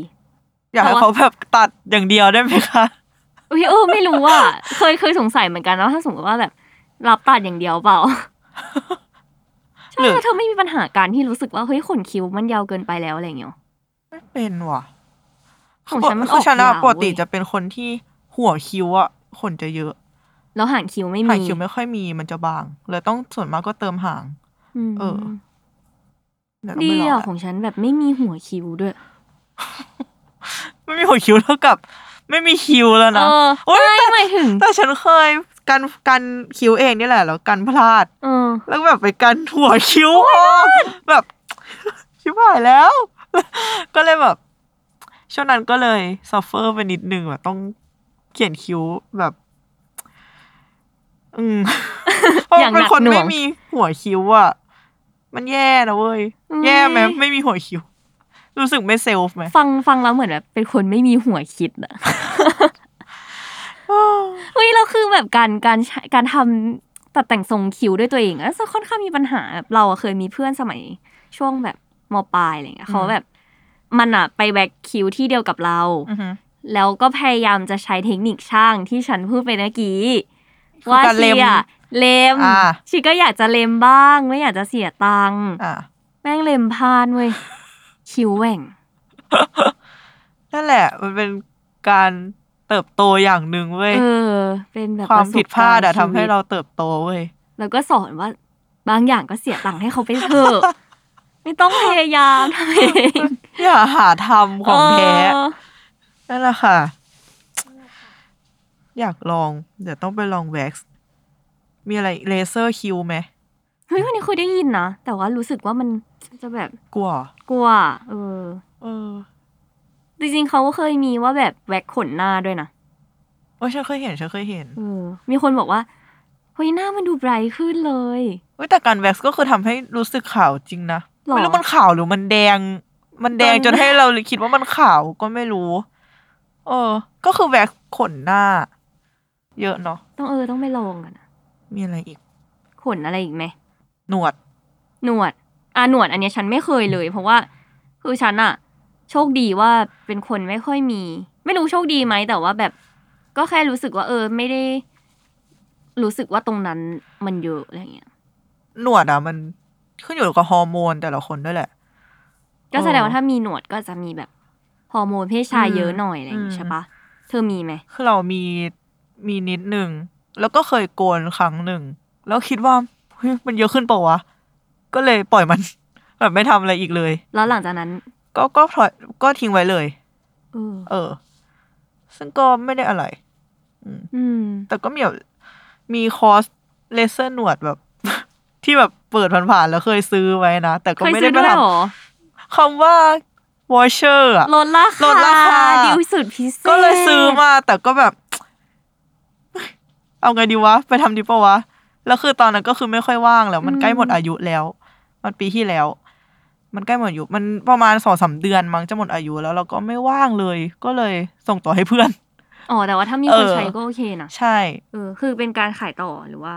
B: อยากให้
A: เพราะว่า
B: เขาแบบตัดอย่างเดียวได้ไหมคะ
A: อุ้ยเออไม่รู้ว่า เคยเคยสงสัยเหมือนกันว่าถ้าสมมติว่าแบบรับตัดอย่างเดียว เปล่า ใช่
B: หรือ
A: เธอไม่มีปัญหาการที่รู้สึกว่าเฮ้ยขนคิ้วมันยาวเกินไปแล้วอะไรอย่างเงี้ย
B: ไม่เป็นว่ะ
A: ของฉันมัน
B: คือฉัน
A: อ
B: อะ
A: อกยาว
B: ปกติ
A: เว้ย
B: จะเป็นคนที่หัวคิ้วอะขนจะเยอะ
A: แล้วหางคิ้วไม่มี
B: หางคิ้วไม่ค่อยมีมันจะบางเลยต้องส่วนมากก็เติมหาง
A: ม
B: เออ เยวต้อง
A: ดี
B: ไปล
A: อ่ะ
B: ง
A: ของฉันแบบไม่มีหัวคิ้วด้วย
B: ไม่มีหัวคิ้วเท่ากับ ไม่มีคิ้วแล้ว
A: เอ
B: นะ
A: อ
B: โอ๊ย
A: ไม่
B: แต่
A: หมายถึง
B: แต่ฉันเคยกันกันคิ้วเองนี่แหละแล้วกันพลาด
A: เออ
B: แล้วแบบไปกันหัวคิ้วออกแบบ ชิบหายแล้ว ก็เลยแบบช่วงนั้นก็เลยซัฟเฟอร์ไปนิดนึงแบบต้องเขียนคิ้วแบบ อืมเพ ราะ
A: อย่างหนั
B: เป็น
A: ก
B: คน
A: หน่ว
B: ไม่
A: ง
B: มีหัวคิ้วอ่ะมันแย่นะเว้ย
A: อืม
B: แย่ไหมไม่มีหัวคิ้ว รู้สึกไม่เซลฟ์ไหม
A: ฟังฟังแล้วเหมือนแบบเป็นคนไม่มีหัวคิดอะ
B: อ้าว
A: เฮ้ยเราคือแบบการการใช้การทำตัดแต่งทรงคิ้วด้วยตัวเองอะจะค่อนข้างมีปัญหาแบบเราอะเคยมีเพื่อนสมัยช่วงแบบ มปลายอะไรเงี้ยเขาแบบ มันอะไปแบกคิวที่เดียวกับเรา
B: อือฮึ
A: แล้วก็พยายามจะใช้เทคนิคช่างที่ฉันพูดไปเมื่อกี้
B: คือ
A: ว่า
B: การเล็
A: ชี
B: ม
A: อะเลม
B: อ่า
A: ชีก็อยากจะเลมบ้าง ไม่อยากจะเสียตังค์
B: อ่ะ
A: แม่งเลมพลาดเว้ยคิวแหว่ง
B: นั่นแหละ มันเป็นการเติบโตอย่างหนึ่งเว้ย
A: เออ เป็นแบบ
B: ความผิดพลาด
A: ป
B: อะทำ
A: ระสบกณ์
B: ให้
A: ชีวิต
B: เราเติบโตเว้ย
A: แล้วก็สอนว่าบางอย่างก็เสียตังค์ให้เขาไปเถ อะไม่ต้องพยายามทำเอง
B: อย่าหาทำ ของแท้
A: เออ
B: นั่นแหละค่ะ อยากลอง เดี๋ยวต้องไปลองแว็กซ์ มีอะไรเลเซอร์คิวไหม
A: เฮ้ยวันนี้เคยได้ยินนะ แต่ว่ารู้สึกว่ามันจะแบบ
B: กลัว
A: กลัว เออ
B: เออ
A: จริงๆเขาก็เคยมีว่าแบบแว็กขนหน้าด้วยนะ
B: โอ้ยฉันเคยเห็นฉันเคยเห็น
A: เออ มีคนบอกว่าเฮ้ยหน้ามันดูไบรท์ขึ้นเลย
B: เว้ยแต่การแว็กซ์ก็คือทำให้รู้สึกขาวจริงนะ
A: หรอ
B: ไม่รู้มันขาวหรือมันแดง มันแดง
A: มัน
B: จนให้เราคิดว่ามันขาวก็ไม่รู้ เออ ก็คือแว็กซ์ขนหน้า เยอะเนาะ
A: ต้องเออต้องไปลองกันนะ
B: มีอะไรอีก
A: ขนอะไรอีกไหม
B: หนวด
A: หนวดอ่ะหนวดอันเนี้ยฉันไม่เคยเลย เพราะว่า คือฉันอะโชคดีว่าเป็นคนไม่ค่อยมี ไม่รู้โชคดีไหมแต่ว่าแบบ ก็แค่รู้สึกว่าเออไม่ได้ รู้สึกว่าตรงนั้นมันเยอะอะไรอย่างเงี้ย
B: หนวดอะมันขึ้นอยู่กับฮอร์โมนแต่ละคนด้วยแหละ
A: ก็แสดงว่า
B: อ๋อ
A: ถ้ามีหนวดก็จะมีแบบฮอร์โมนเพศชาย
B: อืม
A: เยอะหน่อยอะไรอย่างงี้
B: อืม
A: ใช่ปะเธอมีไหม
B: คือเรามีมีนิดหนึ่ง แล้วก็เคยโกนครั้งหนึ่ง แล้วคิดว่าเฮ้ยมันเยอะขึ้นเปล่าวะ ก็เลยปล่อยมัน แบบไม่ทำอะไรอีกเลย
A: แล้วหลังจากนั้น
B: ก็ก็ถอยก็ทิ้งไว้เลย
A: เออ
B: เออ ซึ่งก็ไม่ได้อะไร
A: อืม
B: แต่ก็มีแบบมีคอร์สเลเซอร์หนวดแบบ ที่แบบเปิดผ่านๆแล้วเคยซื้อไว้นะ แต่ก็
A: เคย
B: ไม่ได้
A: ซื้อ
B: ไป
A: ด้วย
B: ท
A: เหรอ
B: ำคำว่าวอเชอร์อะ
A: ลดราคา
B: ลดราคา
A: ดีลสุดพิเศษ
B: ก็เลยซื้อมา แต่ก็แบบ เอาไงดีวะ ไปทำดีปะวะ แล้วคือตอนนั้นก็คือไม่ค่อยว่างแล้ว มันใกล้หมดอายุแล้ว มันปีที่แล้ว มันใกล้หมดอายุมันประมาณสองสามเดือนมั้งจะหมดอายุแล้วเราก็ไม่ว่างเลย ก็เลยส่งต่อให้เพื่อน
A: อ๋อ แต่ว่าถ้ามี
B: เอ
A: ค
B: อ
A: นใช้ก็โอเคนะ
B: ใช่
A: เออ คือเป็นการขายต่อหรือว่า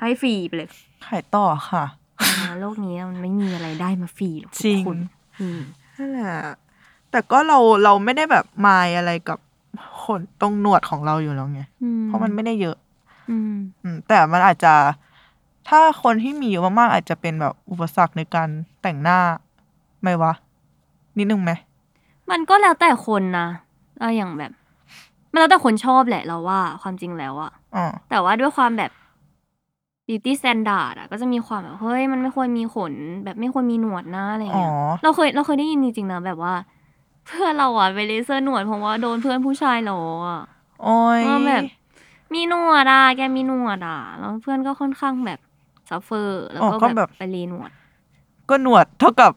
A: ให้ฟรีไปเลย
B: ขายต่อค่ะ
A: อ๋อโลกนี้มันไม่มีอะไรได้มาฟรีหรอก
B: จริง
A: คุณอืม
B: นั่นแหละแต่ก็เราเราไม่ได้แบบมายอะไรกับขนตรงหนวดของเราอยู่แล้วไง
A: อื
B: เพราะมันไม่ได้เยอะ
A: อืม
B: อืมแต่มันอาจจะถ้าคนที่มีเยอะมากๆอาจจะเป็นแบบอุปสรรคในการแต่งหน้าไหมวะ นิดนึงไหม
A: มันก็แล้วแต่คนนะเอาอย่างแบบ มันแล้วแต่คนชอบแหละเราว่าความจริงแล้วอะ
B: อ่า
A: แต่ว่าด้วยความแบบ beauty standard อะก็จะมีความแบบเฮ้ยมันไม่ควรมีขน แบบไม่ควรมีหนวดนะอะไรอย่าง
B: อ๋อ
A: เงี้ย เราเคยเราเคยได้ยินจริงๆนะแบบว่า เพื่อนเราอ่ะไปเลเซอร์หนวดเพราะว่าโดนเพื่อนผู้ชายหลอกอ่ะ
B: โอ้ย
A: ว่าแบบ มีหนวดอ่ะแกมีหนวดอ่ะแล้วเพื่อนก็ค่อนข้างแบบซัฟเฟอร์แล้วก็แบบไปเลหนวด
B: ก็หนวดเท่ากับ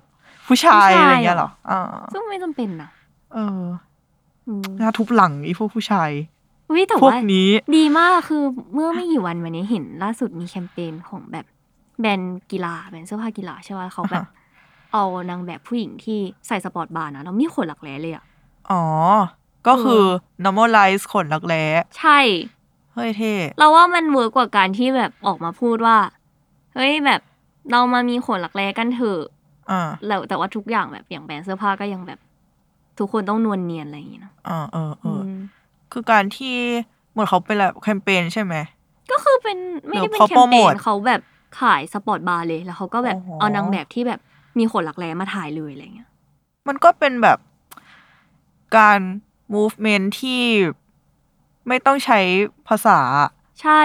B: ผู้ชาย
A: ผู้ชาย
B: อะไรเงี้ยเหรออ่า
A: ซึ่งไม่จำเป็นนะ
B: เออ
A: อืม
B: หน้าทุบหลังอีพวกผู้ชาย
A: อุ้ยแต่
B: พวก
A: ว่า
B: นี้
A: ดีมากคือเมื่อไม่กี่วันมานี้เห็นล่าสุดมีแคมเปญของแบบแบรนด์กีฬาแบรนด์เสื้อผ้ากีฬาใช่ไหมเขาแบบ
B: อ่าฮะ
A: เอานางแบบผู้หญิงที่ใส่สปอร์ตบาร์นะแล้วมีขนหลักแร้เลยอ่ะ
B: อ๋อ ก็
A: เออ
B: คือ normalize ขนรักแร้
A: ใช่
B: เฮ้ยเท่
A: เราว่ามันเวิร์กกว่าการที่แบบออกมาพูดว่า เฮ้ยแบบเรามามีขนหลักแร้กันเถอะ
B: อ่า
A: แล้วแต่ว่าทุกอย่างแบบอย่างแบรนด์เสื้อผ้าก็ยังแบบ ทุกคนต้องนวลเนียนอะไรอย่างงี้เนอะ
B: อ่าเออเอออ
A: ม
B: คือการที่เหมือนเขาเป็นแบบแคมเปญใช่ไหม
A: ก็คือเป็นไม่ได้เป็น
B: เดี๋ยวเขา
A: แค
B: โปร
A: มเป
B: โมท
A: ญเขาแบบขายสปอร์ตบาร์เลยแล้วเขาก็แบบ
B: โอ้โห
A: เอานางแบบที่แบบมีขนหลักแร้มาถ่ายเลยอะไรอย่างเงี้ย
B: มันก็เป็นแบบการ movement ที่ไม่ต้องใช้ภาษา
A: ใช่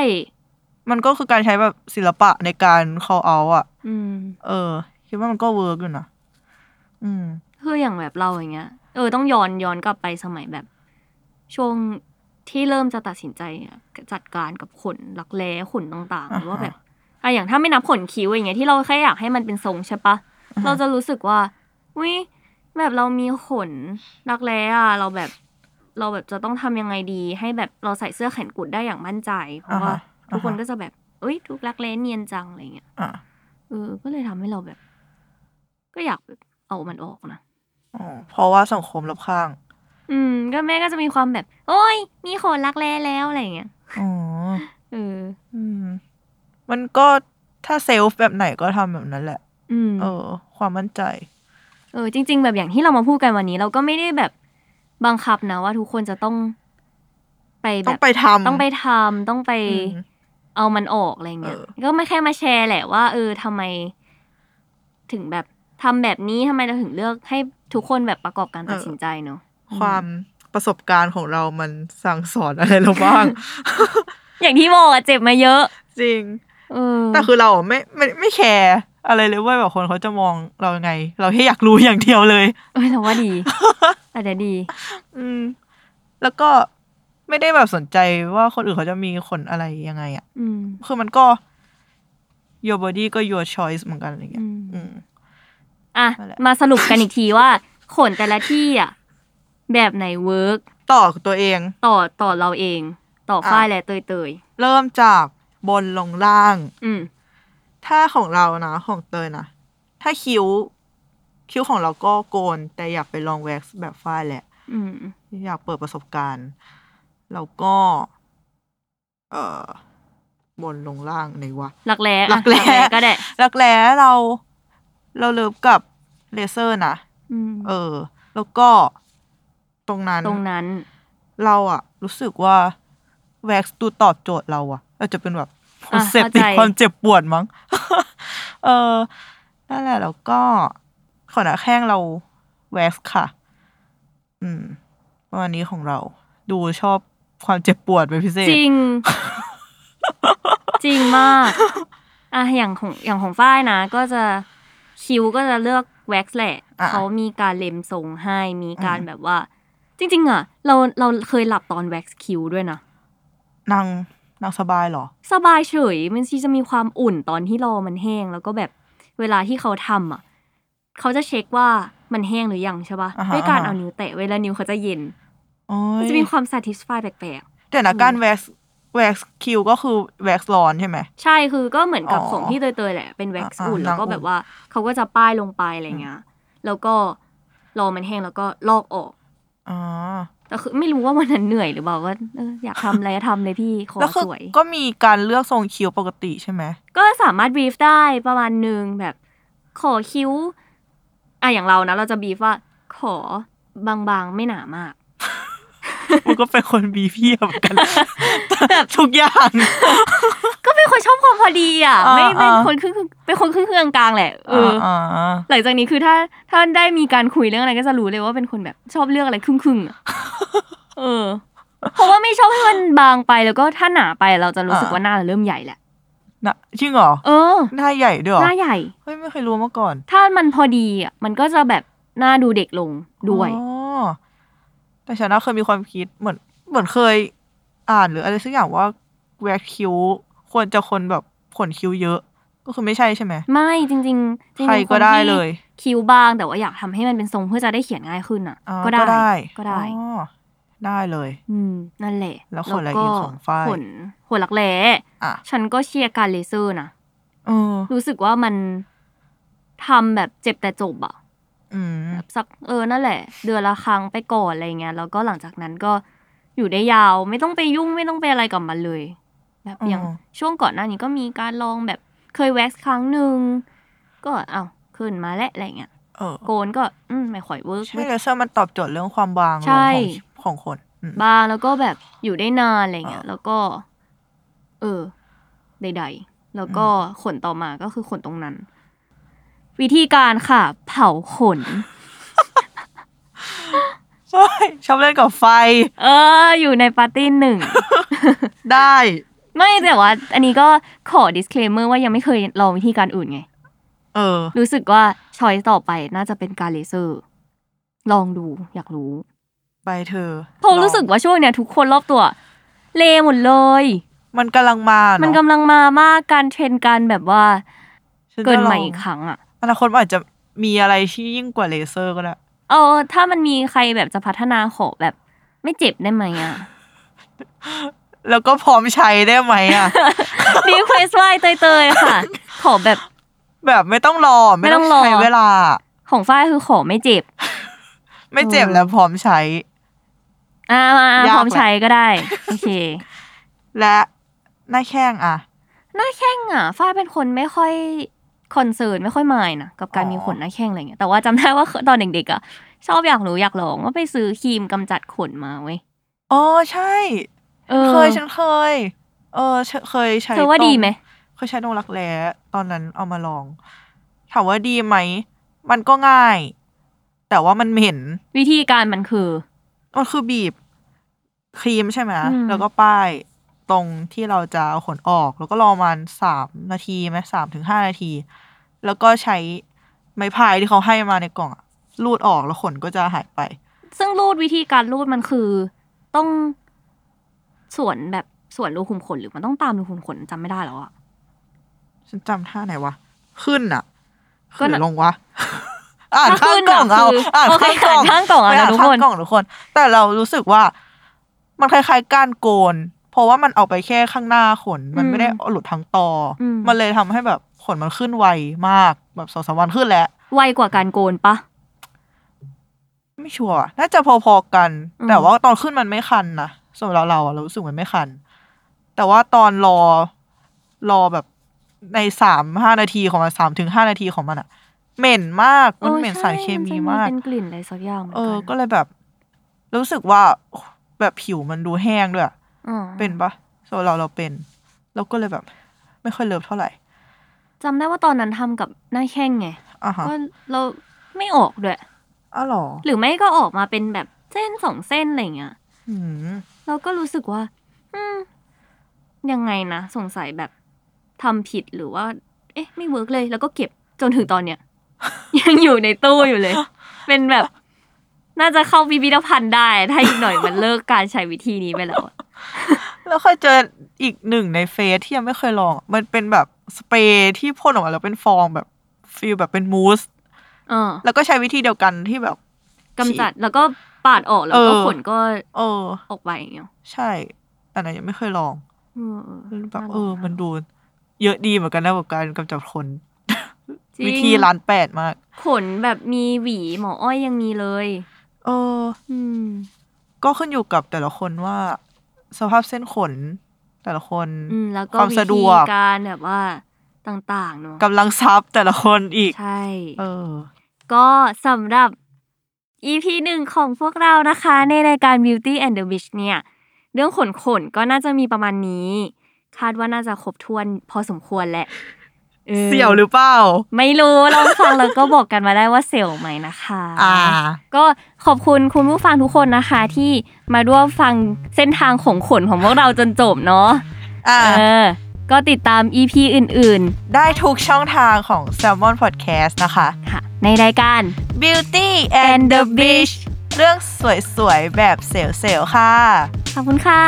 B: มันก็คือการใช้แบบศิลปะในการ call out อ่ะ
A: อืม
B: เออ คิดว่ามันก็เวิร์กอยู่นะ อืม
A: คืออย่างแบบเราอย่างเงี้ย เออต้องย้อนย้อนกลับไปสมัยแบบ ช่วงที่เริ่มจะตัดสินใจจัดการกับขนรักแร้ขนต่างๆห
B: อ่าฮะ
A: รือว่าแบบอ่ะอย่างถ้าไม่นับขนคิ้วอย่างเงี้ยที่เราแค่อยากให้มันเป็นทรงใช่ปะเราจะรู้สึกว่าวิแบบเรามีขนรักแร้อะเราแบบเราแบบจะต้องทำยังไงดี ให้แบบเราใส่เสื้อแขนกุดได้อย่างมั่นใจ เพราะว่า
B: อ่าฮะ
A: ทุกคน
B: อ่าฮะ
A: ก็จะแบบเอ้ยทุกรักแร้เนียนจังอะไรเงี้ย
B: อ่ะ
A: เออก็เลยทำให้เราแบบ ก็อยากแบบเอามันออกนะ
B: อ๋อเพราะว่าสังคมรอบข้าง
A: อืมก็แม่ก็จะมีความแบบ โอ้ย มีคนรักแร้แล้วอะไรอย่างเงี้ย
B: อ๋อ
A: เออ
B: อืม มันก็ถ้าเซลฟ์แบบไหนก็ทำแบบนั้นแหละ
A: อืม
B: เออ ความมั่นใจ
A: เออจริง ๆ แบบอย่างที่เรามาพูดกันวันนี้ เราก็ไม่ได้แบบบังคับนะว่าทุกคนจะต้อง ไปแบ
B: ต้อบ งไปทำ
A: ต้องไปทำต้องไป
B: อืม
A: เอามันออกอะไรเงี้ย
B: เออ
A: ก็ไม่แค่มาแชร์แหละว่า เออทำไม ถึงแบบทำแบบนี้ทำไมเราถึงเลือกให้ทุกคนแบบประกอบการตัดสินใจเนาะ
B: ความประสบการณ์ของเรามันสั่งสอนอะไรเราบ้าง
A: อย่างที่บอก อะเจ็บมาเยอะ
B: จริง
A: เออ
B: แต่คือเราอะไม่ไม่ไม่แคร์อะไรเลยเว่าแบบคนเขาจะมองเรายังไง เราแค่อยากรู้อย่างเดียวเลย
A: เอยเราว่า ดี อาจจะดี
B: อืม แล้วก็ไม่ได้แบบสนใจว่าคนอื่นเขาจะมีคนอะไรยังไงอ่ะ
A: อืม
B: คือมันก็ your body ก็ your choice เหมือนกันอะไรเงี้
A: อื
B: ย
A: ม
B: อืม
A: อ่ะ
B: นั่นแหละ
A: มาสรุปกันอีกทีว่า ขนแต่ละที่อ่ะ แบบไหนเวิร์ก
B: ต่อตัวเอง
A: ต่อต่อเราเอง ต่อฝ้าย
B: อ่ะ
A: และเตยเตย
B: เริ่มจากบนลงล่าง
A: ๆอืม
B: ถ้าของเรานะของเตยนะถ้าคิ้ว คิ้วของเราก็โกน แต่อยากไปลองแว็กซ์แบบฝ้ายแหละ
A: อืม
B: อยากเปิดประสบการณ์ แล้วก็ เอ่อบนลงล่างไหนวะ
A: หลักแร้
B: หลั
A: อะ
B: กแร้
A: ก็ได้
B: รักแร้เรา เราเลิฟกับเลเซอร์นะ
A: อืม
B: เออ แล้วก็ตรงนั้น
A: ตรงนั้น
B: เราอะรู้สึกว่าแว็กซ์ดูตอบโจทย์เราอะเราจะเป็นแบบ
A: อ่ะ
B: เสพติด
A: เข้าใจ
B: ความเจ็บปวดมั้ง เออนั่นแหละ แล้วก็ขอหน้าแข้งเราแว็กซ์ค่ะ อืมวันนี้ของเรา ดูชอบความเจ็บปวดเป็นพิเศษ
A: จ ริง จริงมากอ่ะอย่างของอย่างของฝ้ายนะ ก็จะคิวก็จะเลือกแว็กซ์แหละ
B: อ่ะ
A: เขามีการเล็มทรงให้มีการ
B: อืม
A: แบบว่า จริง ๆ อ่ะ เราเราเคยหลับตอนแว็กซ์คิวด้วยนะ
B: นางนางสบายเหรอ
A: สบายเฉยมันที่จะมีความอุ่นตอนที่รอมันแห้ง แล้วก็แบบเวลาที่เขาทำอ่ะ เขาจะเช็คว่ามันแห้งหรือยังใช่ปะ
B: อ่าฮะ
A: ด้วยการ
B: อ่าฮะ
A: เอานิ้วแตะเวลานิ้วเขาจะเย็น
B: โอ้
A: มัน
B: ย
A: จะมีความ satisfy แปลก
B: เดี๋ยวนะการแว็กซ์แว็กซ์คิวก็คือแว็กซ์ร้อนใช่ไหม
A: ๆ ใช่คือก็เหมือนกับ
B: อ๋อ
A: ของพี่เตยๆแหละ เป็นแว็กซ์
B: อ่า
A: อุ่น
B: อ่า
A: แล้วก็
B: น้ำอุ่น
A: แบบว่าเขาก็จะป้ายลงไปอะไรเงี้ยแล้วก็รอมันแห้งแล้วก็ลอกออก
B: อ๋อ
A: แต่คือไม่รู้ว่าวันนั้นเหนื่อยหรือเปล่าก็เอออยากทำอะไรก็ทำเลยพี่ขอ
B: แล้วคื
A: สวย
B: ก็มีการเลือกทรงคิ้วปกติใช่ไหม
A: ก็สามารถบีฟได้ประมาณหนึ่งแบบขอคิ้วอ่ะอย่างเรานะ เราจะบีฟว่า ขอบางๆไม่หนามาก
B: มันก็เป็นคนบีเพียเหมือนกัน ทุกอย่าง
A: ก็เป็นคนชอบความพอดีอ่ะ
B: อ่า
A: ไม่เป็น
B: อ่า
A: คนครึ่งๆเป็นคนครึ่งเครื่องกลางๆแหละเอออ
B: อ่า
A: หลังจากนี้คือถ้าถ้าได้มีการคุยเรื่องอะไรก็จะรู้เลยว่าเป็นคนแบบชอบเรื่องอะไรครึ่งครึ่งๆ อะเออ เพราะว่าไม่ชอบให้มันบางไปแล้วก็ถ้าหนาไปเราจะรู้สึกว่าหน้าเราเริ่มใหญ่แหละ
B: ๆนะจริงเหรอ
A: เออ
B: หน้าใหญ่ด้วยเหร
A: ห
B: อ
A: น้าใหญ่
B: เฮ้ย ไม่เคยรู้มาก่อน
A: ถ้ามันพอดีอ่ะมันก็จะแบบหน้าดูเด็กลงด้วย
B: อ๋อแต่ฉันน่ะเคยมีความคิดเหมือน เหมือนเคยอ่านหรืออะไรสักอย่างว่าแวกคิ้ว ควรจะคนแบบขนคิ้วเยอะ ก็คือไม่ใช่ใช่ไหม
A: ไม่จริงๆจริงๆ
B: ใครก็ได้
A: นที่
B: เลย
A: คิวบ้างแต่ว่าอยากทำให้มันเป็นทรงเพื่อจะได้เขียนง่ายขึ้นอ่ะ
B: อ่า
A: ก็ได้ก็
B: ก็
A: ได้
B: ได้อ๋อได้เลย
A: อืมนั่นแหละ
B: แล้วขนอะไรอีกของฝ้าย
A: ขนขนหลักแร้
B: อ่ะ
A: ฉันก็เชียร์การเลเซอร์นะ
B: เออ
A: รู้สึกว่ามันทำแบบเจ็บแต่จบอ่ะ
B: อืม
A: แบบสักเออนั่นแหละ เดือนละครั้งไปก่อนอะไรเงี้ยแล้วก็หลังจากนั้นก็อยู่ได้ยาวไม่ต้องไปยุ่งไม่ต้องไปอะไรกับมันเลย แบบ
B: อ๋ออ
A: อย่างช่วงก่อนหน้านี้ก็มีการลองแบบเคยแว็กซ์ครั้งหนึ่งก็เอ้าวขึ้นมาแล้วอะไรเงี้ย
B: เออ
A: โกนก็อืมไม่ค่อยเวิร์ก
B: ใช่เลเซอร์มันตอบโจทย์เรื่องความบางลง
A: ใช่
B: ของของขนอืม
A: บางแล้วก็แบบอยู่ได้นานอะไรเงี้ย
B: อ่า
A: แล้วก็ เออ ใดๆ แล้วก็ขนต่อมาก็คือขนตรงนั้น วิธีการค่ะ เผาขน
B: ใช่ชอบเล่นกับไฟ
A: เออ อยู่ในปาร์ตี้หนึ่ง
B: ได้
A: ไม่แต่ว่า อันนี้ก็ขอ disclaimer ว่ายังไม่เคยลองวิธีการอื่นไง
B: เออ
A: รู้สึกว่าชอยต่อไปน่าจะเป็นการเลเซอร์ ลองดูอยากรู้
B: ไปเธอ
A: เพราะ
B: ลอง
A: รู้สึกว่าช่วงเนี้ยทุกคนรอบตัว เลหมดเลย
B: มันกำลังมา
A: มั
B: มัน
A: กำลังมามากการเทรนด์การแบบว่า เกินใหม่อีกครั้งอ่ะ
B: อนาคตมันอาจจะมีอะไรที่ยิ่งกว่าเลเซอร์ก็ได้
A: เออ ถ้ามันมีใครแบบจะพัฒนาขอแบบ ไม่เจ็บได้ไหม อ่ะ
B: แล้วก็พร้อมใช้ได้ไหม อ่ะ
A: รีเควสไว้เตยๆค่ะ ขอแบบ
B: แบบไม่ต้องรอไม่
A: ไม่
B: ต้อง
A: ต้องรอ
B: ใช้เวลา
A: ของฝ้ายคือขอไม่เจ็บ
B: ไม่เจ็บ
A: เออ
B: แล้วพร้อมใช้
A: อ่ามาๆ
B: ยากแหละ
A: พร้อมใช้ก็ได้ โอเค
B: และหน้าแข้งอ่ะ
A: หน้าแข้งอ่ะฝ้ายเป็นคนไม่ค่อย คอนเซิร์นไม่ค่อยมายนะกับการ
B: อ๋อ
A: มีขนหน้าแข้งอะไรเงี้ยแต่ว่าจำได้ว่าตอนเด็กๆอ่ะชอบอยากรู้อยากลองว่าไปซื้อครีมกำจัดขนมาเว้ย
B: อ๋อใช่
A: ออ
B: เคยฉันเคย เออเชเคยใช้
A: เธอว่า
B: ตรง
A: ดีไหม
B: เคยใช้ตรงรักแร้ตอนนั้นเอามาลองถามว่าดีไหม มันก็ง่าย แต่ว่ามันเหม็น
A: วิธีการมันคือ
B: มันคือบีบครีมใช่ไหม
A: อืม
B: แล้วก็ป้ายตรงที่เราจะเอาขนออก แล้วก็รอประมาณสามนาทีไหมสามถึงห้านาที แล้วก็ใช้ไม้พายที่เขาให้มาในกล่องอะลูดออกแล้วขนก็จะหายไป
A: ซึ่งรูดวิธีการรูดมันคือ ต้องสวนแบบสวนรูขุมขนหรือมันต้องตามรูขุมขนจำไม่ได้แล้วอะ
B: ฉันจำท่าไหนวะ ขึ้นอะ
A: ก็
B: ขึ้น
A: น่ะ
B: หรือลงวะ อ่านข้างกล่อง
A: ถ้า
B: เอา
A: ขึ้นอะ
B: อ่าน
A: คือ
B: ข้างกล่อง
A: โอเคอ่านข้างกล่องอะทุกคน
B: ไปอ่านข้างกล่องทุกคน แต่เรารู้สึกว่า มันคล้ายๆก้านโกน เพราะว่ามันเอาไปแค่ข้างหน้าขน มันไม่ได้เอาหลุดทั้งตออ
A: ม
B: มันเลยทำให้แบบขนมันขึ้นไวมาก แบบสองสามวันขึ้นแล้ว
A: ไวกว่าการโกนปะ
B: ไม่ชัวร์อะน่าจะพอๆกัน
A: อืม
B: แต่ว่าตอนขึ้นมันไม่คันนะส่วนเราเราอะเรารู้สึกมันไม่คัน แต่ว่าตอนรอรอแบบในสามห้านาทีของมันสามถึงห้านาทีของมันอะเหม็นมากมันเหม็นสารเคมีมาก
A: นจะเป็นกลิ่นอะไรสักอย่างหมืน
B: เออ
A: น
B: ก็เลยแบบ รู้สึกว่าแบบผิวมันดูแห้งด้วยอะ
A: อ๋อ
B: เป็นปะส่วนเราเราเป็นเราก็เลยแบบ ไม่ค่อยเลิฟเท่าไหร่
A: จำได้ว่าตอนนั้นทำกับหน้าแข้งไง
B: อ่ะฮะ
A: ก็เราไม่ออกด้วย
B: อ้าวเหรอ
A: หรือไม่ก็ออกมาเป็นแบบเส้นสองเส้นอะไรเงี้ย
B: อืม
A: เราก็รู้สึกว่า อืม ยังไงนะ สงสัยแบบทำผิดหรือว่า เอ๊ะ ไม่เวิร์กเลยแล้วก็เก็บจนถึงตอนเนี้ย ยังอยู่ในตู้อยู่เลย เป็นแบบ น่าจะเข้าพิพิธภัณฑ์ได้ ถ้าอีกหน่อยมันเลิกการใช้วิธีนี้ไปแล้วอะ
B: แล้วเคยเจออีกหนึ่งในเฟสที่ยังไม่เคยลองอะมันเป็นแบบสเปรย์ที่พ่นออกมาแล้วเป็นฟองแบบฟีลแบบเป็นมูส
A: เออ
B: แล้วก็ใช้วิธีเดียวกันที่แบบ
A: กำจัดแล้วก็ปาดออกแล้วก็
B: เออ
A: ขนก็
B: เออ
A: ออกไปอย่างเงี้ย
B: ใช่อันนั้นยังไม่เคยลอง
A: เออเออ
B: แบบ
A: าล
B: เออ
A: งาลง
B: มันดู เยอะดีเหมือนกันนะแบบการกำจัดขน
A: จริง
B: วิธีร้านแปดมาก
A: ขนแบบมีหวีหมออ้อยยังมีเลย
B: เออ
A: อืม
B: ก็ขึ้นอยู่กับแต่ละคนว่า สภาพเส้นขน แต่ละคน
A: อืมแล้วก็
B: ความสะดวก
A: ธีการแบบว่าต่างๆเนาะ
B: กำลังทรัพย์แต่ละคนอีก
A: ใช่
B: เออ
A: ก็สำหรับ EP หนึ่งของพวกเรานะคะ ในรายการ Beauty and the Beach เนี่ย เรื่องขนขนๆก็น่าจะมีประมาณนี้ คาดว่าน่าจะครบถ้วนพอสมควรแหละออ
B: เสี่ยวหรือเปล่า
A: ไม่รู้ลองฟังแล้วก็บอกกันมาได้ว่าเสี่ยวไหมนะคะ
B: อ่า
A: ก็ขอบคุณคุณผู้ฟังทุกคนนะคะ ที่มาร่วมฟังเส้นทางของขนของพวกเราจนจบเนาะ
B: อ่า
A: เออ ก็ติดตาม EP อื่น
B: ได้ทุกช่องทางของ Salmon Podcast นะคะ
A: ๆ ค่ะ ในรายการ
B: Beauty and
A: And
B: the
A: the Beach
B: Beach เรื่องสวยๆ แบบเซลล์ๆค่ะ
A: ขอบคุณค่ะ